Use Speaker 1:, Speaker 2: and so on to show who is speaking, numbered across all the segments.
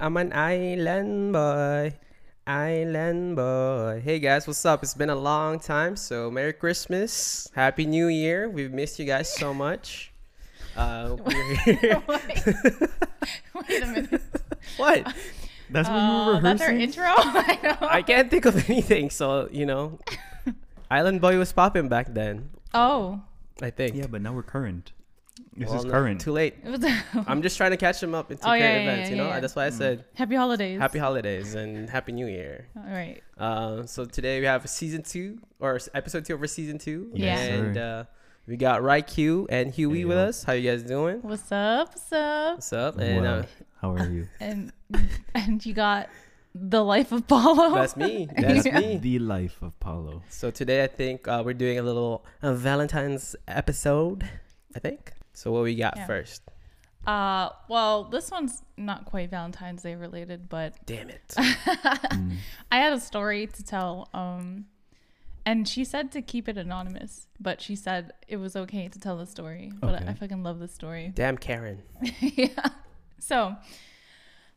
Speaker 1: I'm an island boy. Island boy. Hey guys, what's up? It's been a long time, so Merry Christmas. Happy New Year. We've missed you guys so much. Uh, we're here.
Speaker 2: Wait a minute.
Speaker 1: what?
Speaker 3: That's what you were
Speaker 2: Uh, that's our
Speaker 3: rehearsing.
Speaker 2: intro. I know.
Speaker 1: I can't think of anything, so, you know. Island Boy was popping back then,
Speaker 2: oh,
Speaker 1: I think.
Speaker 3: yeah, but now we're current. This
Speaker 1: Well,
Speaker 3: is
Speaker 1: no,
Speaker 3: current.
Speaker 1: Too late.
Speaker 2: it was a-
Speaker 1: I'm just trying to catch him up into
Speaker 2: Oh,
Speaker 1: current
Speaker 2: yeah, yeah,
Speaker 1: events,
Speaker 2: yeah,
Speaker 1: you know?
Speaker 2: yeah, yeah.
Speaker 1: That's why I said
Speaker 2: happy
Speaker 3: Mm.
Speaker 2: holidays.
Speaker 1: happy holidays and happy new year.
Speaker 2: All right.
Speaker 1: Uh, so today we have season two or s- episode two over season two.
Speaker 2: Yes,
Speaker 3: Yeah.
Speaker 1: And
Speaker 3: sir.
Speaker 1: uh, we got Q and Huey
Speaker 3: Hey,
Speaker 1: with
Speaker 3: yo.
Speaker 1: us. How you guys doing?
Speaker 2: What's up? What's up?
Speaker 1: What's up?
Speaker 3: Wow.
Speaker 1: And uh,
Speaker 3: How are you?
Speaker 2: And and you got the life of Paulo.
Speaker 1: that's me. That's
Speaker 2: Yeah.
Speaker 1: me.
Speaker 3: The life of Paulo.
Speaker 1: So today I think uh, we're doing a little uh, Valentine's episode. I think. So what we got
Speaker 2: Yeah.
Speaker 1: first?
Speaker 2: Uh, well, this one's not quite Valentine's Day related, but
Speaker 1: Damn it.
Speaker 3: Mm.
Speaker 2: I had a story to tell. Um, and she said to keep it anonymous, but she said it was okay to tell the story. But
Speaker 3: Okay.
Speaker 2: I, I fucking love this story.
Speaker 1: Damn Karen.
Speaker 2: yeah. So,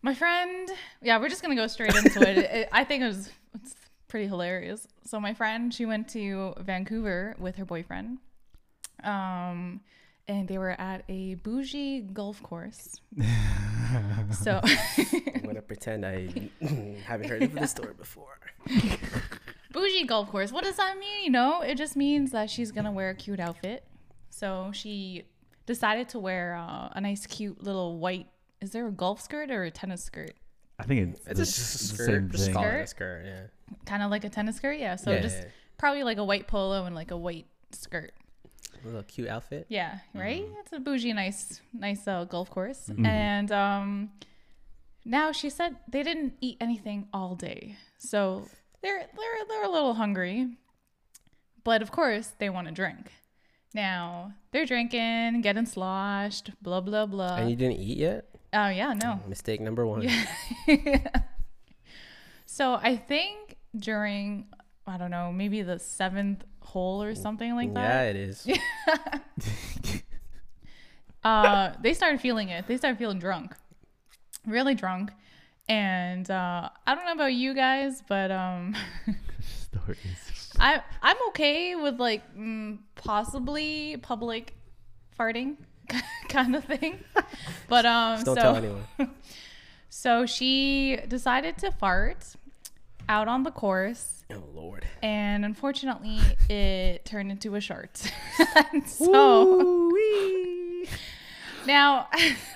Speaker 2: my friend, yeah, we're just gonna go straight into it. it. I think it was it's pretty hilarious. So my friend, she went to Vancouver with her boyfriend, um, and they were at a bougie golf course. so
Speaker 1: I'm gonna pretend I haven't heard of this story before.
Speaker 2: bougie golf course. What does that mean? You know, it just means that she's gonna wear a cute outfit. So she decided to wear uh, a nice, cute little white. Is there a golf skirt or a tennis skirt?
Speaker 3: I think it's,
Speaker 1: It's
Speaker 3: the
Speaker 1: just a
Speaker 3: s-
Speaker 1: skirt.
Speaker 3: same
Speaker 1: just
Speaker 3: thing.
Speaker 1: call it a
Speaker 2: Skirt?
Speaker 1: skirt. Yeah.
Speaker 2: kind of like a tennis skirt yeah so
Speaker 1: Yeah,
Speaker 2: just
Speaker 1: yeah, yeah.
Speaker 2: probably like a white polo and like a white skirt
Speaker 1: A little cute outfit.
Speaker 2: yeah right it's a bougie nice nice uh, golf course
Speaker 1: Mm-hmm.
Speaker 2: and um now she said they didn't eat anything all day so they're they're they're a little hungry but of course they want to drink now they're drinking getting sloshed blah blah blah
Speaker 1: And you didn't eat yet?
Speaker 2: oh yeah no
Speaker 1: Mistake number one.
Speaker 2: So I think during I don't know, maybe the seventh hole or something like
Speaker 1: Yeah, it
Speaker 2: that.
Speaker 1: is.
Speaker 2: Uh, they started feeling it. They started feeling drunk, really drunk. And uh, I don't know about you guys, but um,
Speaker 3: Stories.
Speaker 2: I I'm okay with like mm, possibly public farting kind of thing. But um,
Speaker 1: Don't
Speaker 2: so
Speaker 1: tell anyone.
Speaker 2: so she decided to fart out on the course
Speaker 1: Oh Lord.
Speaker 2: and unfortunately it turned into a shart And so now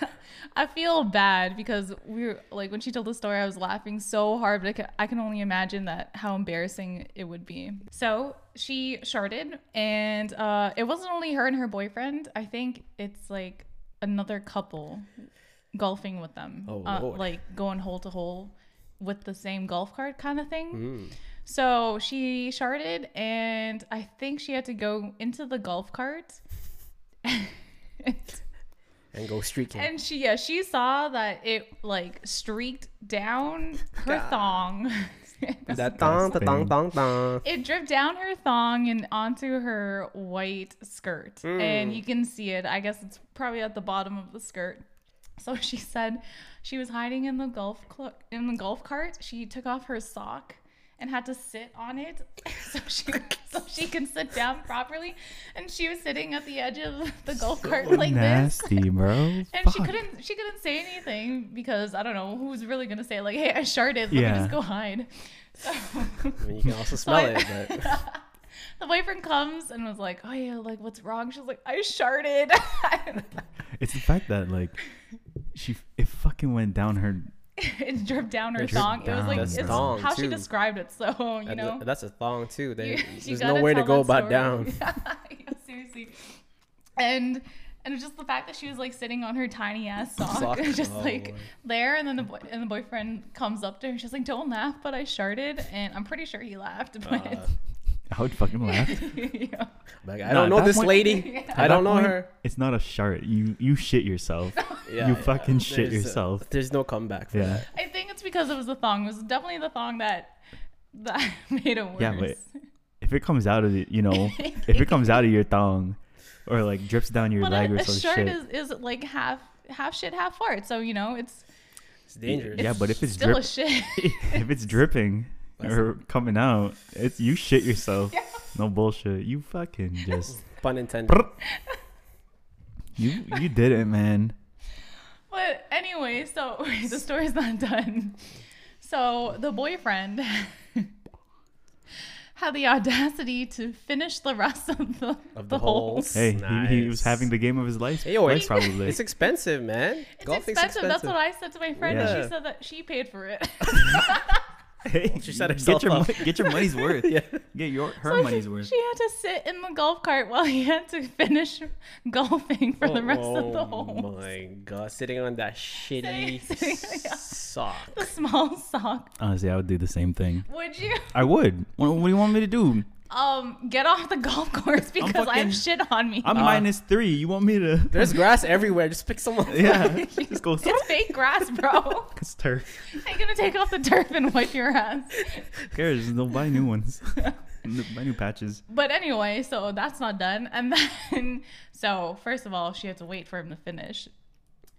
Speaker 2: i feel bad because we were like when she told the story i was laughing so hard but i can, I can only imagine that how embarrassing it would be so she sharted and uh, it wasn't only her and her boyfriend i think it's like another couple golfing with them
Speaker 1: Oh,
Speaker 2: uh,
Speaker 1: Lord.
Speaker 2: like going hole to hole with the same golf cart kind of thing
Speaker 1: Mm.
Speaker 2: so she sharded, and I think she had to go into the golf cart.
Speaker 1: And go streaking.
Speaker 2: And she, yeah, she saw that it like streaked down her thong.
Speaker 1: that thong, the thong,
Speaker 3: Disgusting.
Speaker 1: thong, thong.
Speaker 2: it dripped down her thong and onto her white skirt. And you can see it. I guess it's probably at the bottom of the skirt. So she said she was hiding in the golf cl- in the golf cart. She took off her sock and had to sit on it so she so she can sit down properly. And she was sitting at the edge of the golf cart like this.
Speaker 3: Nasty, bro.
Speaker 2: And she
Speaker 3: Fuck.
Speaker 2: couldn't she couldn't say anything because I don't know who's really gonna say like, hey, I sharded. Let
Speaker 3: Yeah.
Speaker 2: me just go hide. So-
Speaker 1: I mean, you can also smell
Speaker 2: I-
Speaker 1: it, but
Speaker 2: the boyfriend comes and was like, "Oh yeah, like what's wrong?" She's like, "I sharted."
Speaker 3: It's the fact that like she f- it fucking went down her.
Speaker 2: it dripped down her
Speaker 1: It dripped
Speaker 2: thong. It was like
Speaker 3: down,
Speaker 2: it's
Speaker 3: bro.
Speaker 1: Thong,
Speaker 2: how she
Speaker 1: too.
Speaker 2: described it. So you
Speaker 1: and
Speaker 2: know,
Speaker 1: th- that's a thong too. There,
Speaker 2: you- you
Speaker 1: there's
Speaker 2: gotta
Speaker 1: no way to go
Speaker 2: tell that
Speaker 1: about
Speaker 2: story.
Speaker 1: down.
Speaker 2: yeah, seriously. And and it's just the fact that she was like sitting on her tiny ass sock,
Speaker 1: Sock.
Speaker 2: just
Speaker 1: Oh,
Speaker 2: like
Speaker 1: Lord.
Speaker 2: there, and then the boy and the boyfriend comes up to her. and She's like, "Don't laugh," but I sharted, and I'm pretty sure he laughed, but.
Speaker 1: Uh,
Speaker 3: I would fucking laugh.
Speaker 2: yeah.
Speaker 1: Like, I
Speaker 3: Nah,
Speaker 1: don't know
Speaker 3: at that
Speaker 1: this
Speaker 3: point-
Speaker 1: lady.
Speaker 3: At
Speaker 1: I don't
Speaker 3: that
Speaker 1: know
Speaker 3: point,
Speaker 1: her.
Speaker 3: It's not a shart. You you shit yourself.
Speaker 1: Yeah, yeah.
Speaker 3: you fucking shit
Speaker 1: There's, uh,
Speaker 3: yourself.
Speaker 1: there's no comeback. For
Speaker 3: yeah.
Speaker 2: I think it's because it was the thong. It was definitely the thong that that made it worse.
Speaker 3: Yeah, but if it comes out of the, you know, if it comes out of your thong, or like drips down your
Speaker 2: but
Speaker 3: leg
Speaker 2: a,
Speaker 3: or
Speaker 2: a
Speaker 3: some
Speaker 2: shirt
Speaker 3: shit.
Speaker 2: is, is like half half shit half fart so you know it's
Speaker 1: It's dangerous.
Speaker 3: Yeah, but if it's
Speaker 2: Still a
Speaker 3: drip,
Speaker 2: shit.
Speaker 3: if it's dripping
Speaker 1: That's-
Speaker 3: or coming out, it's you shit yourself. No bullshit. You fucking just
Speaker 1: Pun intended.
Speaker 3: you you did it, man.
Speaker 2: But anyway, so the story's not done. So the boyfriend had the audacity to finish the rest of the,
Speaker 1: Of
Speaker 2: the
Speaker 1: the holes.
Speaker 2: holes.
Speaker 3: Hey, he, he was
Speaker 1: Nice.
Speaker 3: having the game of his life.
Speaker 1: Hey, yo,
Speaker 3: life
Speaker 1: it's-
Speaker 3: probably.
Speaker 1: It's expensive, man.
Speaker 2: It's
Speaker 1: Golf
Speaker 2: expensive.
Speaker 1: is expensive.
Speaker 2: That's what I said to my friend, and
Speaker 1: Yeah.
Speaker 2: she said that she paid for it.
Speaker 3: hey,
Speaker 1: she set
Speaker 3: get
Speaker 1: herself
Speaker 3: your
Speaker 1: up.
Speaker 3: mon- get your money's worth.
Speaker 1: yeah.
Speaker 3: Get your her
Speaker 2: So
Speaker 3: money's
Speaker 2: she,
Speaker 3: worth.
Speaker 2: she had to sit in the golf cart while he had to finish golfing for the rest of
Speaker 3: Oh
Speaker 2: the hole.
Speaker 1: Oh my god, sitting on that shitty
Speaker 2: Sitting- sitting- yeah.
Speaker 1: sock.
Speaker 2: The small sock.
Speaker 3: Honestly, I would do the same thing.
Speaker 2: Would you
Speaker 3: I would. What, what do you want me to do?
Speaker 2: um get off the golf course because I
Speaker 3: fucking-
Speaker 2: have shit on me?
Speaker 3: I'm minus three. You want me to?
Speaker 1: Uh, There's grass everywhere. Just pick someone.
Speaker 3: yeah. Just go.
Speaker 2: it's fake grass, bro.
Speaker 3: It's turf.
Speaker 2: I'm gonna take off the turf and wipe your ass.
Speaker 3: Who cares? They'll buy new ones. They'll buy new patches.
Speaker 2: But anyway, so that's not done. And then, so first of all, she had to wait for him to finish.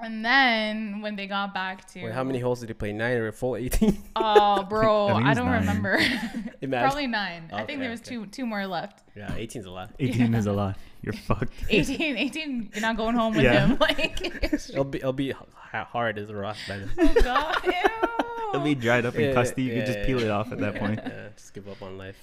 Speaker 2: And then when they got back to,
Speaker 1: Wait, how many holes did he play? Nine or a full 18?
Speaker 2: Oh, bro,
Speaker 3: I think
Speaker 2: I,
Speaker 3: it's
Speaker 2: don't
Speaker 3: nine.
Speaker 2: remember.
Speaker 1: Imagine.
Speaker 2: Probably nine. I think
Speaker 1: Okay,
Speaker 2: there was
Speaker 1: okay.
Speaker 2: two two more left.
Speaker 1: yeah, 18 is a lot.
Speaker 3: 18 is a lot. You're fucked.
Speaker 2: 18, 18 You're not going home with
Speaker 3: Yeah.
Speaker 2: him. Like,
Speaker 1: It'll be it'll be h- h- hard as a rock by then.
Speaker 2: oh god, ew.
Speaker 3: It'll be dried up
Speaker 1: Yeah,
Speaker 3: and crusty. You could
Speaker 1: yeah,
Speaker 3: just peel it off at that point.
Speaker 1: Yeah, just give up on life.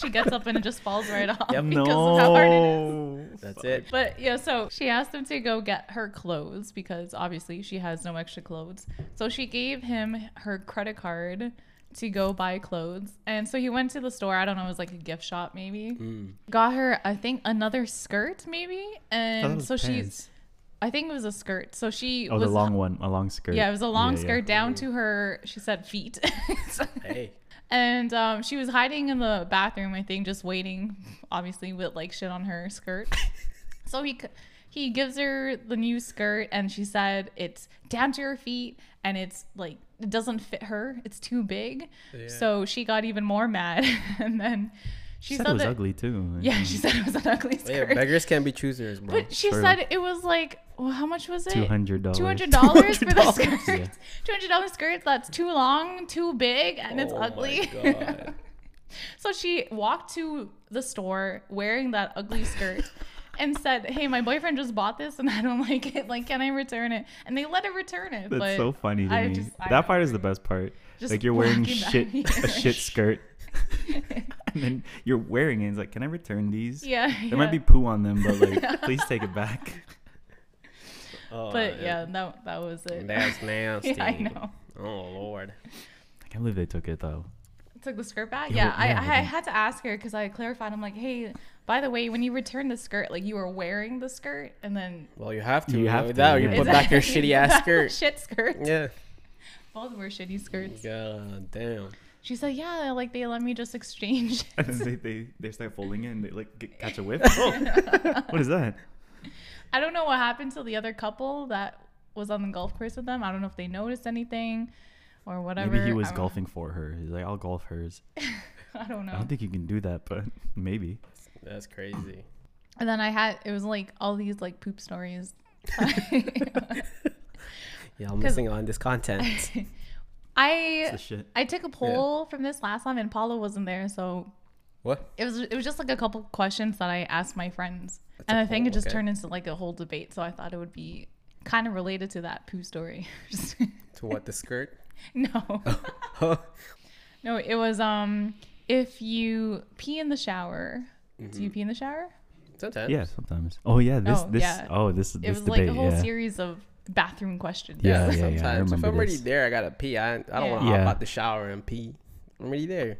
Speaker 2: she gets up and it just falls right off
Speaker 1: Yep.
Speaker 2: because of how hard it is.
Speaker 3: No.
Speaker 1: That's it.
Speaker 2: But yeah, so she asked him to go get her clothes because obviously she has no extra clothes. So she gave him her credit card to go buy clothes. And so he went to the store, I don't know, it was like a gift shop maybe. Got her I think another skirt maybe.
Speaker 3: I thought it
Speaker 2: And
Speaker 3: was
Speaker 2: so she's
Speaker 3: pants.
Speaker 2: I think it was a skirt. So she
Speaker 3: Oh,
Speaker 2: was
Speaker 3: the long one, a long skirt.
Speaker 2: Yeah, it was a long
Speaker 3: Yeah, yeah.
Speaker 2: skirt down to her she said feet.
Speaker 1: Hey,
Speaker 2: And um, she was hiding in the bathroom, I think, just waiting, obviously, with like shit on her skirt. so he c- he gives her the new skirt, and she said it's down to her feet, and it's like it doesn't fit her; it's too big. So she got even more mad, and then she
Speaker 3: She
Speaker 2: said,
Speaker 3: said it was
Speaker 2: that
Speaker 3: ugly too.
Speaker 2: yeah, she said it was an ugly
Speaker 1: yeah,
Speaker 2: skirt.
Speaker 1: beggars can't be choosers, bro.
Speaker 2: but she
Speaker 3: true.
Speaker 2: said it was like, well, how much was it?
Speaker 3: Two hundred dollars.
Speaker 2: Two hundred dollars for the
Speaker 1: $200.
Speaker 2: skirt.
Speaker 3: Yeah.
Speaker 2: Two hundred dollars skirt that's too long, too big, and it's
Speaker 1: Oh my
Speaker 2: ugly.
Speaker 1: God.
Speaker 2: so she walked to the store wearing that ugly skirt and said, "Hey, my boyfriend just bought this, and I don't like it. Like, can I return it?" And they let her return it.
Speaker 3: That's
Speaker 2: but
Speaker 3: so funny to
Speaker 2: I
Speaker 3: me.
Speaker 2: just- I
Speaker 3: that part is the
Speaker 2: remember
Speaker 3: best part.
Speaker 2: just
Speaker 3: like you're wearing
Speaker 2: walking back-
Speaker 3: shit,
Speaker 2: Yeah.
Speaker 3: a shit skirt, and then you're wearing it. It's like, can I return these?
Speaker 2: Yeah,
Speaker 3: There might be poo on them, but like, please take it back.
Speaker 1: Oh,
Speaker 2: But yeah, that that was it.
Speaker 1: That's nasty.
Speaker 2: yeah, I know.
Speaker 1: Oh lord.
Speaker 3: I can't believe they took it though.
Speaker 2: Took the skirt back.
Speaker 3: Yo,
Speaker 2: Yeah, I,
Speaker 3: yeah,
Speaker 2: I
Speaker 3: like-
Speaker 2: had to ask her because I clarified. I'm like, hey, by the way, when you returned the skirt, like you were wearing the skirt, and then
Speaker 1: Well, you have to.
Speaker 3: You
Speaker 1: You
Speaker 3: have
Speaker 1: with
Speaker 3: to,
Speaker 1: that, or
Speaker 3: yeah.
Speaker 1: you put back your shitty ass skirt.
Speaker 2: shit skirt.
Speaker 1: Yeah.
Speaker 2: Both were shitty skirts.
Speaker 1: God damn.
Speaker 2: She said, "Yeah, like they let me just exchange."
Speaker 3: And then they, they, they start folding it and they like get, catch a whiff. Oh, what is that?
Speaker 2: I don't know what happened to the other couple that was on the golf course with them. I don't know if they noticed anything or whatever.
Speaker 3: Maybe he was
Speaker 2: I don't-
Speaker 3: golfing for her. He's like, I'll golf hers.
Speaker 2: I don't
Speaker 3: I
Speaker 2: know.
Speaker 3: don't think you can do that, but maybe.
Speaker 1: That's crazy.
Speaker 2: And then I had it was like all these like poop stories.
Speaker 1: Yeah, I'm missing on this content.
Speaker 2: I
Speaker 3: The shit.
Speaker 2: I took a poll from this last time and Paula wasn't there, so
Speaker 1: What?
Speaker 2: it was it was just like a couple questions that I asked my friends, and
Speaker 1: a
Speaker 2: I think
Speaker 1: poll,
Speaker 2: it just
Speaker 1: okay.
Speaker 2: turned into like a whole debate. So I thought it would be kind of related to that poo story. Just-
Speaker 1: To what the skirt?
Speaker 2: no,
Speaker 1: Oh,
Speaker 2: no, it was um if you pee in the shower, do
Speaker 1: Mm-hmm.
Speaker 2: you pee in the shower?
Speaker 1: sometimes.
Speaker 3: Yeah, sometimes. Oh yeah, this
Speaker 2: Oh,
Speaker 3: this
Speaker 2: yeah.
Speaker 3: oh this this
Speaker 2: It was
Speaker 3: debate.
Speaker 2: like a whole
Speaker 3: yeah.
Speaker 2: series of bathroom questions.
Speaker 3: Yeah, yeah, yeah. I
Speaker 1: Sometimes. if
Speaker 3: remember
Speaker 1: I'm already
Speaker 3: this.
Speaker 1: there, I gotta pee. I, I don't
Speaker 2: Yeah.
Speaker 1: want to
Speaker 3: Yeah.
Speaker 1: hop out the shower and pee. I'm already there.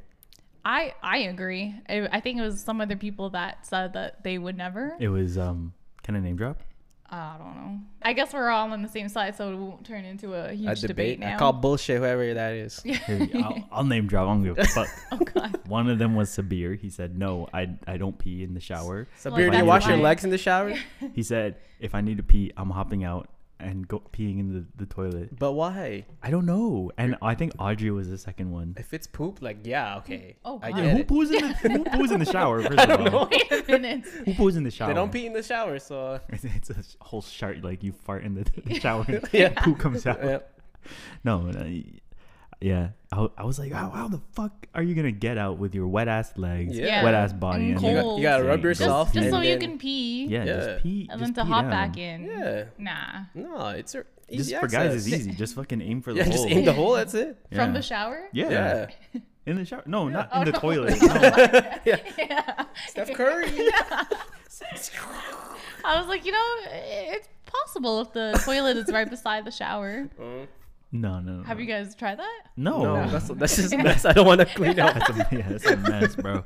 Speaker 2: I I agree. I, I think it was some other people that said that they would never.
Speaker 3: It was um. Can I name drop?
Speaker 2: I don't know. I guess we're all on the same side, so it won't turn into a huge
Speaker 1: A
Speaker 2: debate,
Speaker 1: debate.
Speaker 2: now.
Speaker 1: I call bullshit whoever that is.
Speaker 3: Hey, I'll, I'll name drop. I don't give a fuck.
Speaker 2: oh God.
Speaker 3: One of them was Sabir. He said, "No, I I don't pee in the shower."
Speaker 1: So,
Speaker 2: Well,
Speaker 1: Beard, do you
Speaker 2: that's
Speaker 1: wash your
Speaker 2: why-
Speaker 1: legs in the shower?
Speaker 3: He said, "If I need to pee, I'm hopping out and go peeing in the, the toilet."
Speaker 1: But why?
Speaker 3: I don't know. And I think Audrey was the second one.
Speaker 1: If it's poop, like yeah, okay.
Speaker 2: Oh,
Speaker 1: I
Speaker 2: wow.
Speaker 1: get
Speaker 2: Yeah,
Speaker 3: Who
Speaker 1: it.
Speaker 3: poos in the Who poos in the shower? First of all,
Speaker 2: Wait a minute.
Speaker 3: who poos in the shower?
Speaker 1: They don't pee in the shower, so
Speaker 3: It's a whole shart. Like you fart in the, the shower,
Speaker 1: Yeah.
Speaker 3: poo comes out.
Speaker 1: yeah.
Speaker 3: no, no, y- yeah. I, w- I was like, how, how the fuck are you gonna get out with your wet ass legs,
Speaker 1: Yeah.
Speaker 3: wet ass body,
Speaker 2: And
Speaker 3: and,
Speaker 1: You,
Speaker 3: like,
Speaker 2: cold.
Speaker 1: got, you gotta rub
Speaker 3: Just-
Speaker 2: Just,
Speaker 1: yourself.
Speaker 2: just
Speaker 1: and
Speaker 2: so you
Speaker 1: then-
Speaker 2: can pee.
Speaker 3: yeah,
Speaker 1: Yeah.
Speaker 3: just pee,
Speaker 2: And then
Speaker 3: just
Speaker 2: to
Speaker 3: pee
Speaker 2: hop
Speaker 3: down.
Speaker 2: back in.
Speaker 1: Yeah.
Speaker 2: Nah.
Speaker 1: No, it's a-
Speaker 3: Just
Speaker 1: easy
Speaker 3: for guys, it's
Speaker 1: access.
Speaker 3: easy. Just fucking aim for the
Speaker 1: Yeah,
Speaker 3: hole.
Speaker 1: just aim the hole. That's it.
Speaker 2: From
Speaker 3: Yeah.
Speaker 2: the shower?
Speaker 3: Yeah.
Speaker 1: Yeah.
Speaker 3: in the shower. No, not
Speaker 2: Oh,
Speaker 3: in the
Speaker 2: no.
Speaker 3: toilet. No.
Speaker 2: Yeah.
Speaker 1: Steph Curry.
Speaker 2: I was like, you know, it's possible if the toilet is right beside the shower.
Speaker 3: no, no, no.
Speaker 2: Have you guys tried that?
Speaker 3: No,
Speaker 1: No, that's that's just mess. I don't want to clean up.
Speaker 3: That's a, yeah, that's a mess, bro.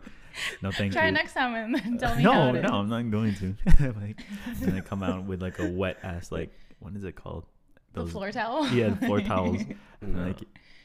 Speaker 3: No, thank
Speaker 2: Try
Speaker 3: you.
Speaker 2: it next time and then tell me
Speaker 3: no,
Speaker 2: how Oh, it
Speaker 3: no,
Speaker 2: is.
Speaker 3: I'm not going to. like, I'm gonna come out with like a wet ass like what is it called?
Speaker 2: The floor towel.
Speaker 3: Yeah, the floor towels. And,
Speaker 1: No.
Speaker 3: Like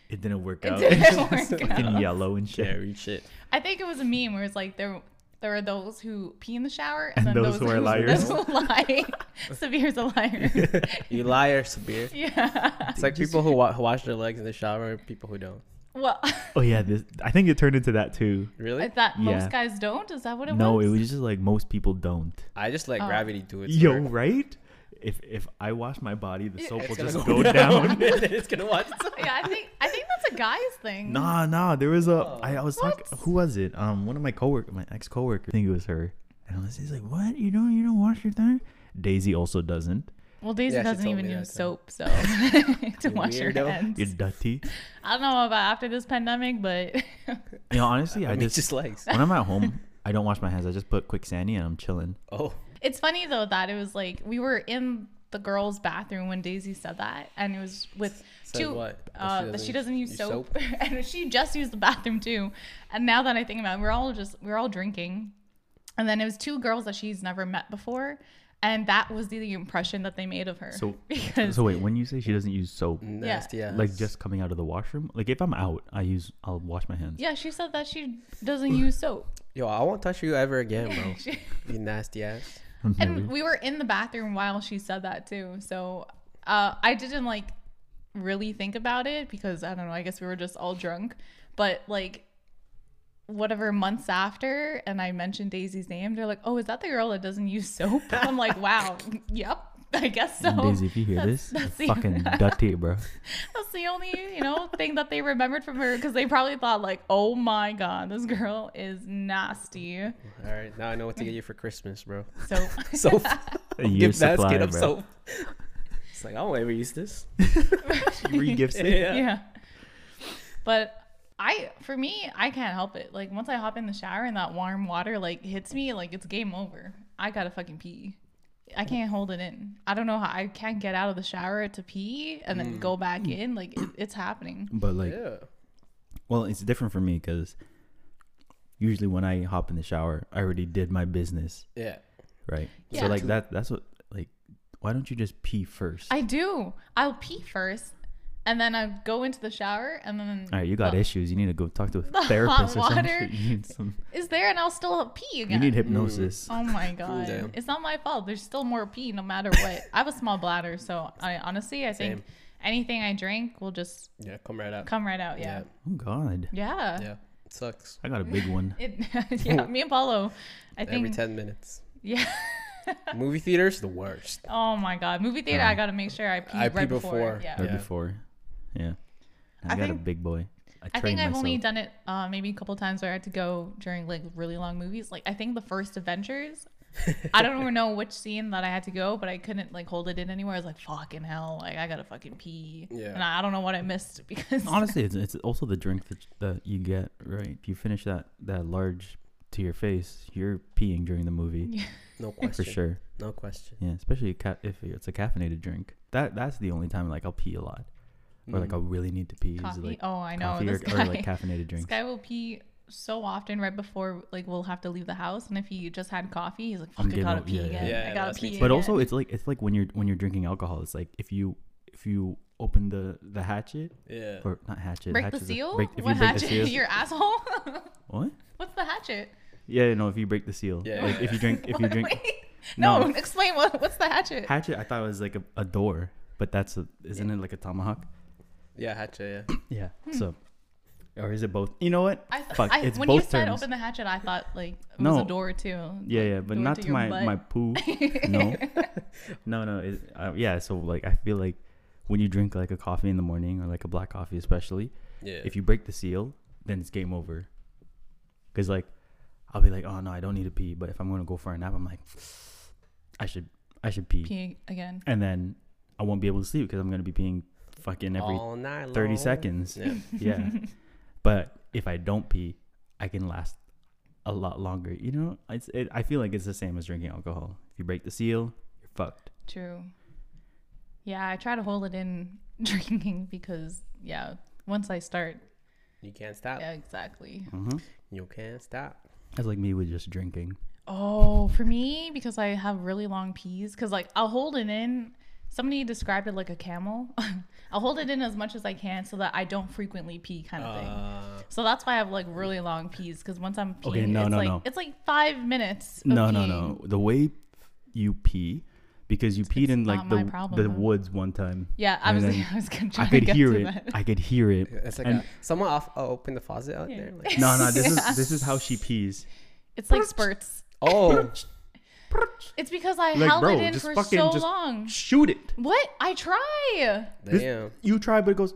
Speaker 3: it didn't work
Speaker 2: It
Speaker 3: out.
Speaker 2: didn't work
Speaker 3: Fucking
Speaker 2: out.
Speaker 3: yellow and shit.
Speaker 1: Yeah, reach it.
Speaker 2: I think it was a meme where it's like there there are those who pee in the shower and,
Speaker 3: And
Speaker 2: then
Speaker 3: those who are liars.
Speaker 2: Those who lie. Severe's a liar.
Speaker 1: You liar, Sabir.
Speaker 2: yeah.
Speaker 1: It's like people who wa- who wash their legs in the shower, and people who don't.
Speaker 2: Well,
Speaker 3: Oh yeah, this. I think it turned into that too.
Speaker 2: I
Speaker 1: Really?
Speaker 2: thought
Speaker 3: Yeah.
Speaker 2: most guys don't. Is that what it
Speaker 3: no,
Speaker 2: was?
Speaker 3: it was just like most people don't.
Speaker 1: I just let
Speaker 2: Oh.
Speaker 1: gravity do it.
Speaker 3: Yo, right? If if I wash my body, the soap will
Speaker 1: gonna
Speaker 3: just
Speaker 1: go
Speaker 3: go down.
Speaker 1: and then it's gonna watch itself.
Speaker 2: Yeah, I think I think that's a guy's thing.
Speaker 3: Nah, nah. There was a.
Speaker 1: Oh.
Speaker 3: I I was talking. Who was it? Um, one of my coworker, my ex coworker. I think it was her. And I was just like, "What? You don't? You don't wash your thing?" Daisy also doesn't.
Speaker 2: Well, Daisy
Speaker 1: Yeah, she
Speaker 2: doesn't
Speaker 1: told
Speaker 2: even
Speaker 1: me that
Speaker 2: use
Speaker 1: too.
Speaker 2: soap, so to
Speaker 1: You
Speaker 2: wash your
Speaker 1: weirdo.
Speaker 2: hands.
Speaker 3: You're dirty.
Speaker 2: I don't know about after this pandemic, but
Speaker 3: You know, honestly, I,
Speaker 1: I mean,
Speaker 3: just,
Speaker 1: just, legs.
Speaker 3: when I'm at home, I don't wash my hands. I just put quick sandy and I'm chilling.
Speaker 1: Oh,
Speaker 2: it's funny though that it was like we were in the girls' bathroom when Daisy said that, and it was with
Speaker 1: Said
Speaker 2: two.
Speaker 1: what? That
Speaker 2: Uh,
Speaker 1: she
Speaker 2: that she
Speaker 1: doesn't
Speaker 2: doesn't use
Speaker 1: use
Speaker 2: soap, and she just used the bathroom too. And now that I think about it, we're all just we're all drinking, and then it was two girls that she's never met before, and that was the impression that they made of her.
Speaker 3: So-
Speaker 2: because
Speaker 3: So wait, when you say she doesn't use soap,
Speaker 1: nasty. Yeah.
Speaker 3: like just coming out of the washroom, like if I'm out, I use I'll wash my hands.
Speaker 2: yeah, she said that she doesn't use soap.
Speaker 1: yo, I won't touch you ever again, bro. you nasty ass.
Speaker 3: I'm
Speaker 2: And
Speaker 3: never-
Speaker 2: we were in the bathroom while she said that too. So uh, I didn't like really think about it because I don't know. I guess we were just all drunk. But like whatever months after, and I mentioned Daisy's name, they're like, "Oh, is that the girl that doesn't use soap?" I'm like, "Wow, yep, I guess so."
Speaker 3: And Daisy, if you hear this,
Speaker 2: that's the-
Speaker 3: you're fucking dirty, bro.
Speaker 2: That's the only you know thing that they remembered from her because they probably thought like, "Oh my god, this girl is nasty."
Speaker 1: All right, now I know what to get you for Christmas, bro.
Speaker 2: So
Speaker 1: Soap.
Speaker 3: A
Speaker 1: Give
Speaker 3: year's
Speaker 1: that
Speaker 3: supply,
Speaker 1: skin of
Speaker 3: bro.
Speaker 1: soap. It's like I won't ever use this.
Speaker 3: Regifts it.
Speaker 1: Yeah.
Speaker 2: yeah. But I, for me, I can't help it. Like once I hop in the shower and that warm water like hits me, like it's game over. I gotta fucking pee. I can't hold it in. I don't know how. I can't get out of the shower to pee and then
Speaker 3: Mm.
Speaker 2: go back in. Like it, it's happening.
Speaker 3: But like,
Speaker 1: Yeah.
Speaker 3: Well, it's different for me because usually when I hop in the shower, I already did my business,
Speaker 1: Yeah.
Speaker 3: right?
Speaker 2: Yeah.
Speaker 3: So like that that's what like why don't you just pee first?
Speaker 2: I do. I'll pee first, and then I go into the shower, and then
Speaker 3: All right, you got
Speaker 2: the-
Speaker 3: issues. You need to go talk to a
Speaker 2: hot
Speaker 3: therapist or
Speaker 2: water.
Speaker 3: something. You need some
Speaker 2: Is there, and I'll still pee again.
Speaker 3: You need hypnosis.
Speaker 2: Oh my god.
Speaker 1: Damn.
Speaker 2: It's not my fault. There's still more pee no matter what. I have a small bladder, so I honestly I think
Speaker 1: Same.
Speaker 2: anything I drink will just
Speaker 1: Yeah. Come right up.
Speaker 2: come right out.
Speaker 1: yeah.
Speaker 2: Yeah.
Speaker 3: Oh god.
Speaker 2: Yeah.
Speaker 1: Yeah. It sucks.
Speaker 3: I got a big one.
Speaker 2: It, yeah, me and Paulo. I
Speaker 1: Every
Speaker 2: think
Speaker 1: ten minutes.
Speaker 2: Yeah.
Speaker 1: Movie theaters, the worst.
Speaker 2: Oh my god. Movie theater, I gotta make sure I pee
Speaker 1: I
Speaker 2: right
Speaker 1: pee
Speaker 2: before.
Speaker 1: before.
Speaker 2: Yeah.
Speaker 3: Right
Speaker 1: Yeah.
Speaker 3: before. Yeah. I,
Speaker 2: I
Speaker 3: got a
Speaker 2: think-
Speaker 3: big boy. I,
Speaker 2: I
Speaker 3: trained
Speaker 2: think I've
Speaker 3: myself.
Speaker 2: only done it uh, maybe a couple times where I had to go during like really long movies. Like I think the first Avengers. I don't even know which scene that I had to go, but I couldn't like hold it in anywhere. I was like, "Fucking hell!" Like I gotta fucking pee,
Speaker 1: Yeah.
Speaker 2: and I, I don't know what I missed because
Speaker 3: Honestly, it's, it's also the drink that, that you get, right? If you finish that that large to your face, you're peeing during the movie
Speaker 1: No question.
Speaker 3: for sure.
Speaker 1: No question.
Speaker 3: Yeah, especially a ca- if it's a caffeinated drink. That that's the only time like I'll pee a lot, or like I really need to pee.
Speaker 2: Mm.
Speaker 3: is,
Speaker 2: coffee.
Speaker 3: like,
Speaker 2: oh, I know
Speaker 3: coffee or,
Speaker 2: this guy.
Speaker 3: or like caffeinated
Speaker 2: this
Speaker 3: drinks.
Speaker 2: guy will pee so often right before like we'll have to leave the house, and if he just had coffee, he's like, "Fuck,
Speaker 3: I'm
Speaker 2: I
Speaker 3: getting
Speaker 2: gotta
Speaker 3: up-
Speaker 2: pee
Speaker 3: yeah, yeah,
Speaker 2: again.
Speaker 1: yeah.
Speaker 2: I
Speaker 1: Yeah,
Speaker 2: gotta
Speaker 1: that's
Speaker 2: pee."
Speaker 1: me too.
Speaker 3: But
Speaker 2: again."
Speaker 3: also, it's like it's like when you're when you're drinking alcohol, it's like if you if you open the the hatchet
Speaker 1: Yeah.
Speaker 3: or not hatchet,
Speaker 2: break the
Speaker 3: hatchet's a-
Speaker 2: seal.
Speaker 3: break- if
Speaker 2: what
Speaker 3: you break
Speaker 2: hatchet?
Speaker 3: the seal,
Speaker 2: Your asshole.
Speaker 3: what?
Speaker 2: What's the hatchet?
Speaker 3: Yeah, no, if you break the seal,
Speaker 1: Yeah,
Speaker 3: like
Speaker 1: yeah,
Speaker 3: if you drink if you
Speaker 2: Wait,
Speaker 3: drink
Speaker 2: wait. No,
Speaker 3: No.
Speaker 2: explain what, what's the hatchet?
Speaker 3: hatchet, I thought it was like a, a door, but that's a isn't it like a tomahawk?
Speaker 1: Yeah. Hatcha. Yeah.
Speaker 3: Yeah.
Speaker 2: Hmm.
Speaker 3: So, or is it both? You know what?
Speaker 2: I, th-
Speaker 3: Fuck,
Speaker 2: I,
Speaker 3: it's
Speaker 2: when
Speaker 3: both
Speaker 2: you said
Speaker 3: terms.
Speaker 2: open the hatchet, I thought like it was
Speaker 3: No.
Speaker 2: a door too.
Speaker 3: Yeah, yeah, but
Speaker 2: do it
Speaker 3: not
Speaker 2: to
Speaker 3: to
Speaker 2: your
Speaker 3: my
Speaker 2: butt.
Speaker 3: my poo. No, no, no. It, uh, yeah, so like I feel like when you drink like a coffee in the morning or like a black coffee especially,
Speaker 1: Yeah.
Speaker 3: if you break the seal, then it's game over. Cause like, I'll be like, oh no, I don't need to pee. But if I'm gonna go for a nap, I'm like, I should, I should pee,
Speaker 2: Pee again.
Speaker 3: and then I won't be able to sleep because I'm gonna be peeing fucking every
Speaker 1: All night
Speaker 3: 30
Speaker 1: long.
Speaker 3: seconds.
Speaker 1: Yeah.
Speaker 3: Yeah. but if I don't pee, I can last a lot longer. You know, it's it, I feel like it's the same as drinking alcohol. If you break the seal, you're fucked.
Speaker 2: True. Yeah, I try to hold it in drinking because yeah, once I start,
Speaker 1: You can't stop.
Speaker 2: yeah, exactly.
Speaker 3: Mm-hmm.
Speaker 1: You can't stop.
Speaker 3: That's like me with just drinking.
Speaker 2: Oh, for me because I have really long peas cuz like I'll hold it in somebody described it like a camel. I'll hold it in as much as I can so that I don't frequently pee kind of thing.
Speaker 1: Uh,
Speaker 2: So that's why I have like really long peas because once I'm peeing,
Speaker 3: Okay, no,
Speaker 2: it's
Speaker 3: no,
Speaker 2: like
Speaker 3: no.
Speaker 2: it's like five minutes. Of
Speaker 3: No, no,
Speaker 2: peeing.
Speaker 3: no. The way you pee, because you peed in like
Speaker 2: not
Speaker 3: the
Speaker 2: my problem,
Speaker 3: the
Speaker 2: huh?
Speaker 3: woods one time.
Speaker 2: Yeah, I was,
Speaker 3: And then
Speaker 2: I was gonna try
Speaker 3: I could
Speaker 2: to get
Speaker 3: hear
Speaker 2: to
Speaker 3: it.
Speaker 2: that.
Speaker 3: I could hear it.
Speaker 1: it's like
Speaker 3: And-
Speaker 1: a, someone off, oh, open the faucet out there. Like,
Speaker 3: no, no. This is this is how she pees.
Speaker 2: It's like spurts.
Speaker 1: oh,
Speaker 2: It's because I
Speaker 3: Like,
Speaker 2: held
Speaker 3: bro,
Speaker 2: it in
Speaker 3: just
Speaker 2: for
Speaker 3: fucking
Speaker 2: so
Speaker 3: just-
Speaker 2: long.
Speaker 3: Shoot it.
Speaker 2: What? I try.
Speaker 3: This-
Speaker 1: damn.
Speaker 3: you try, but it goes.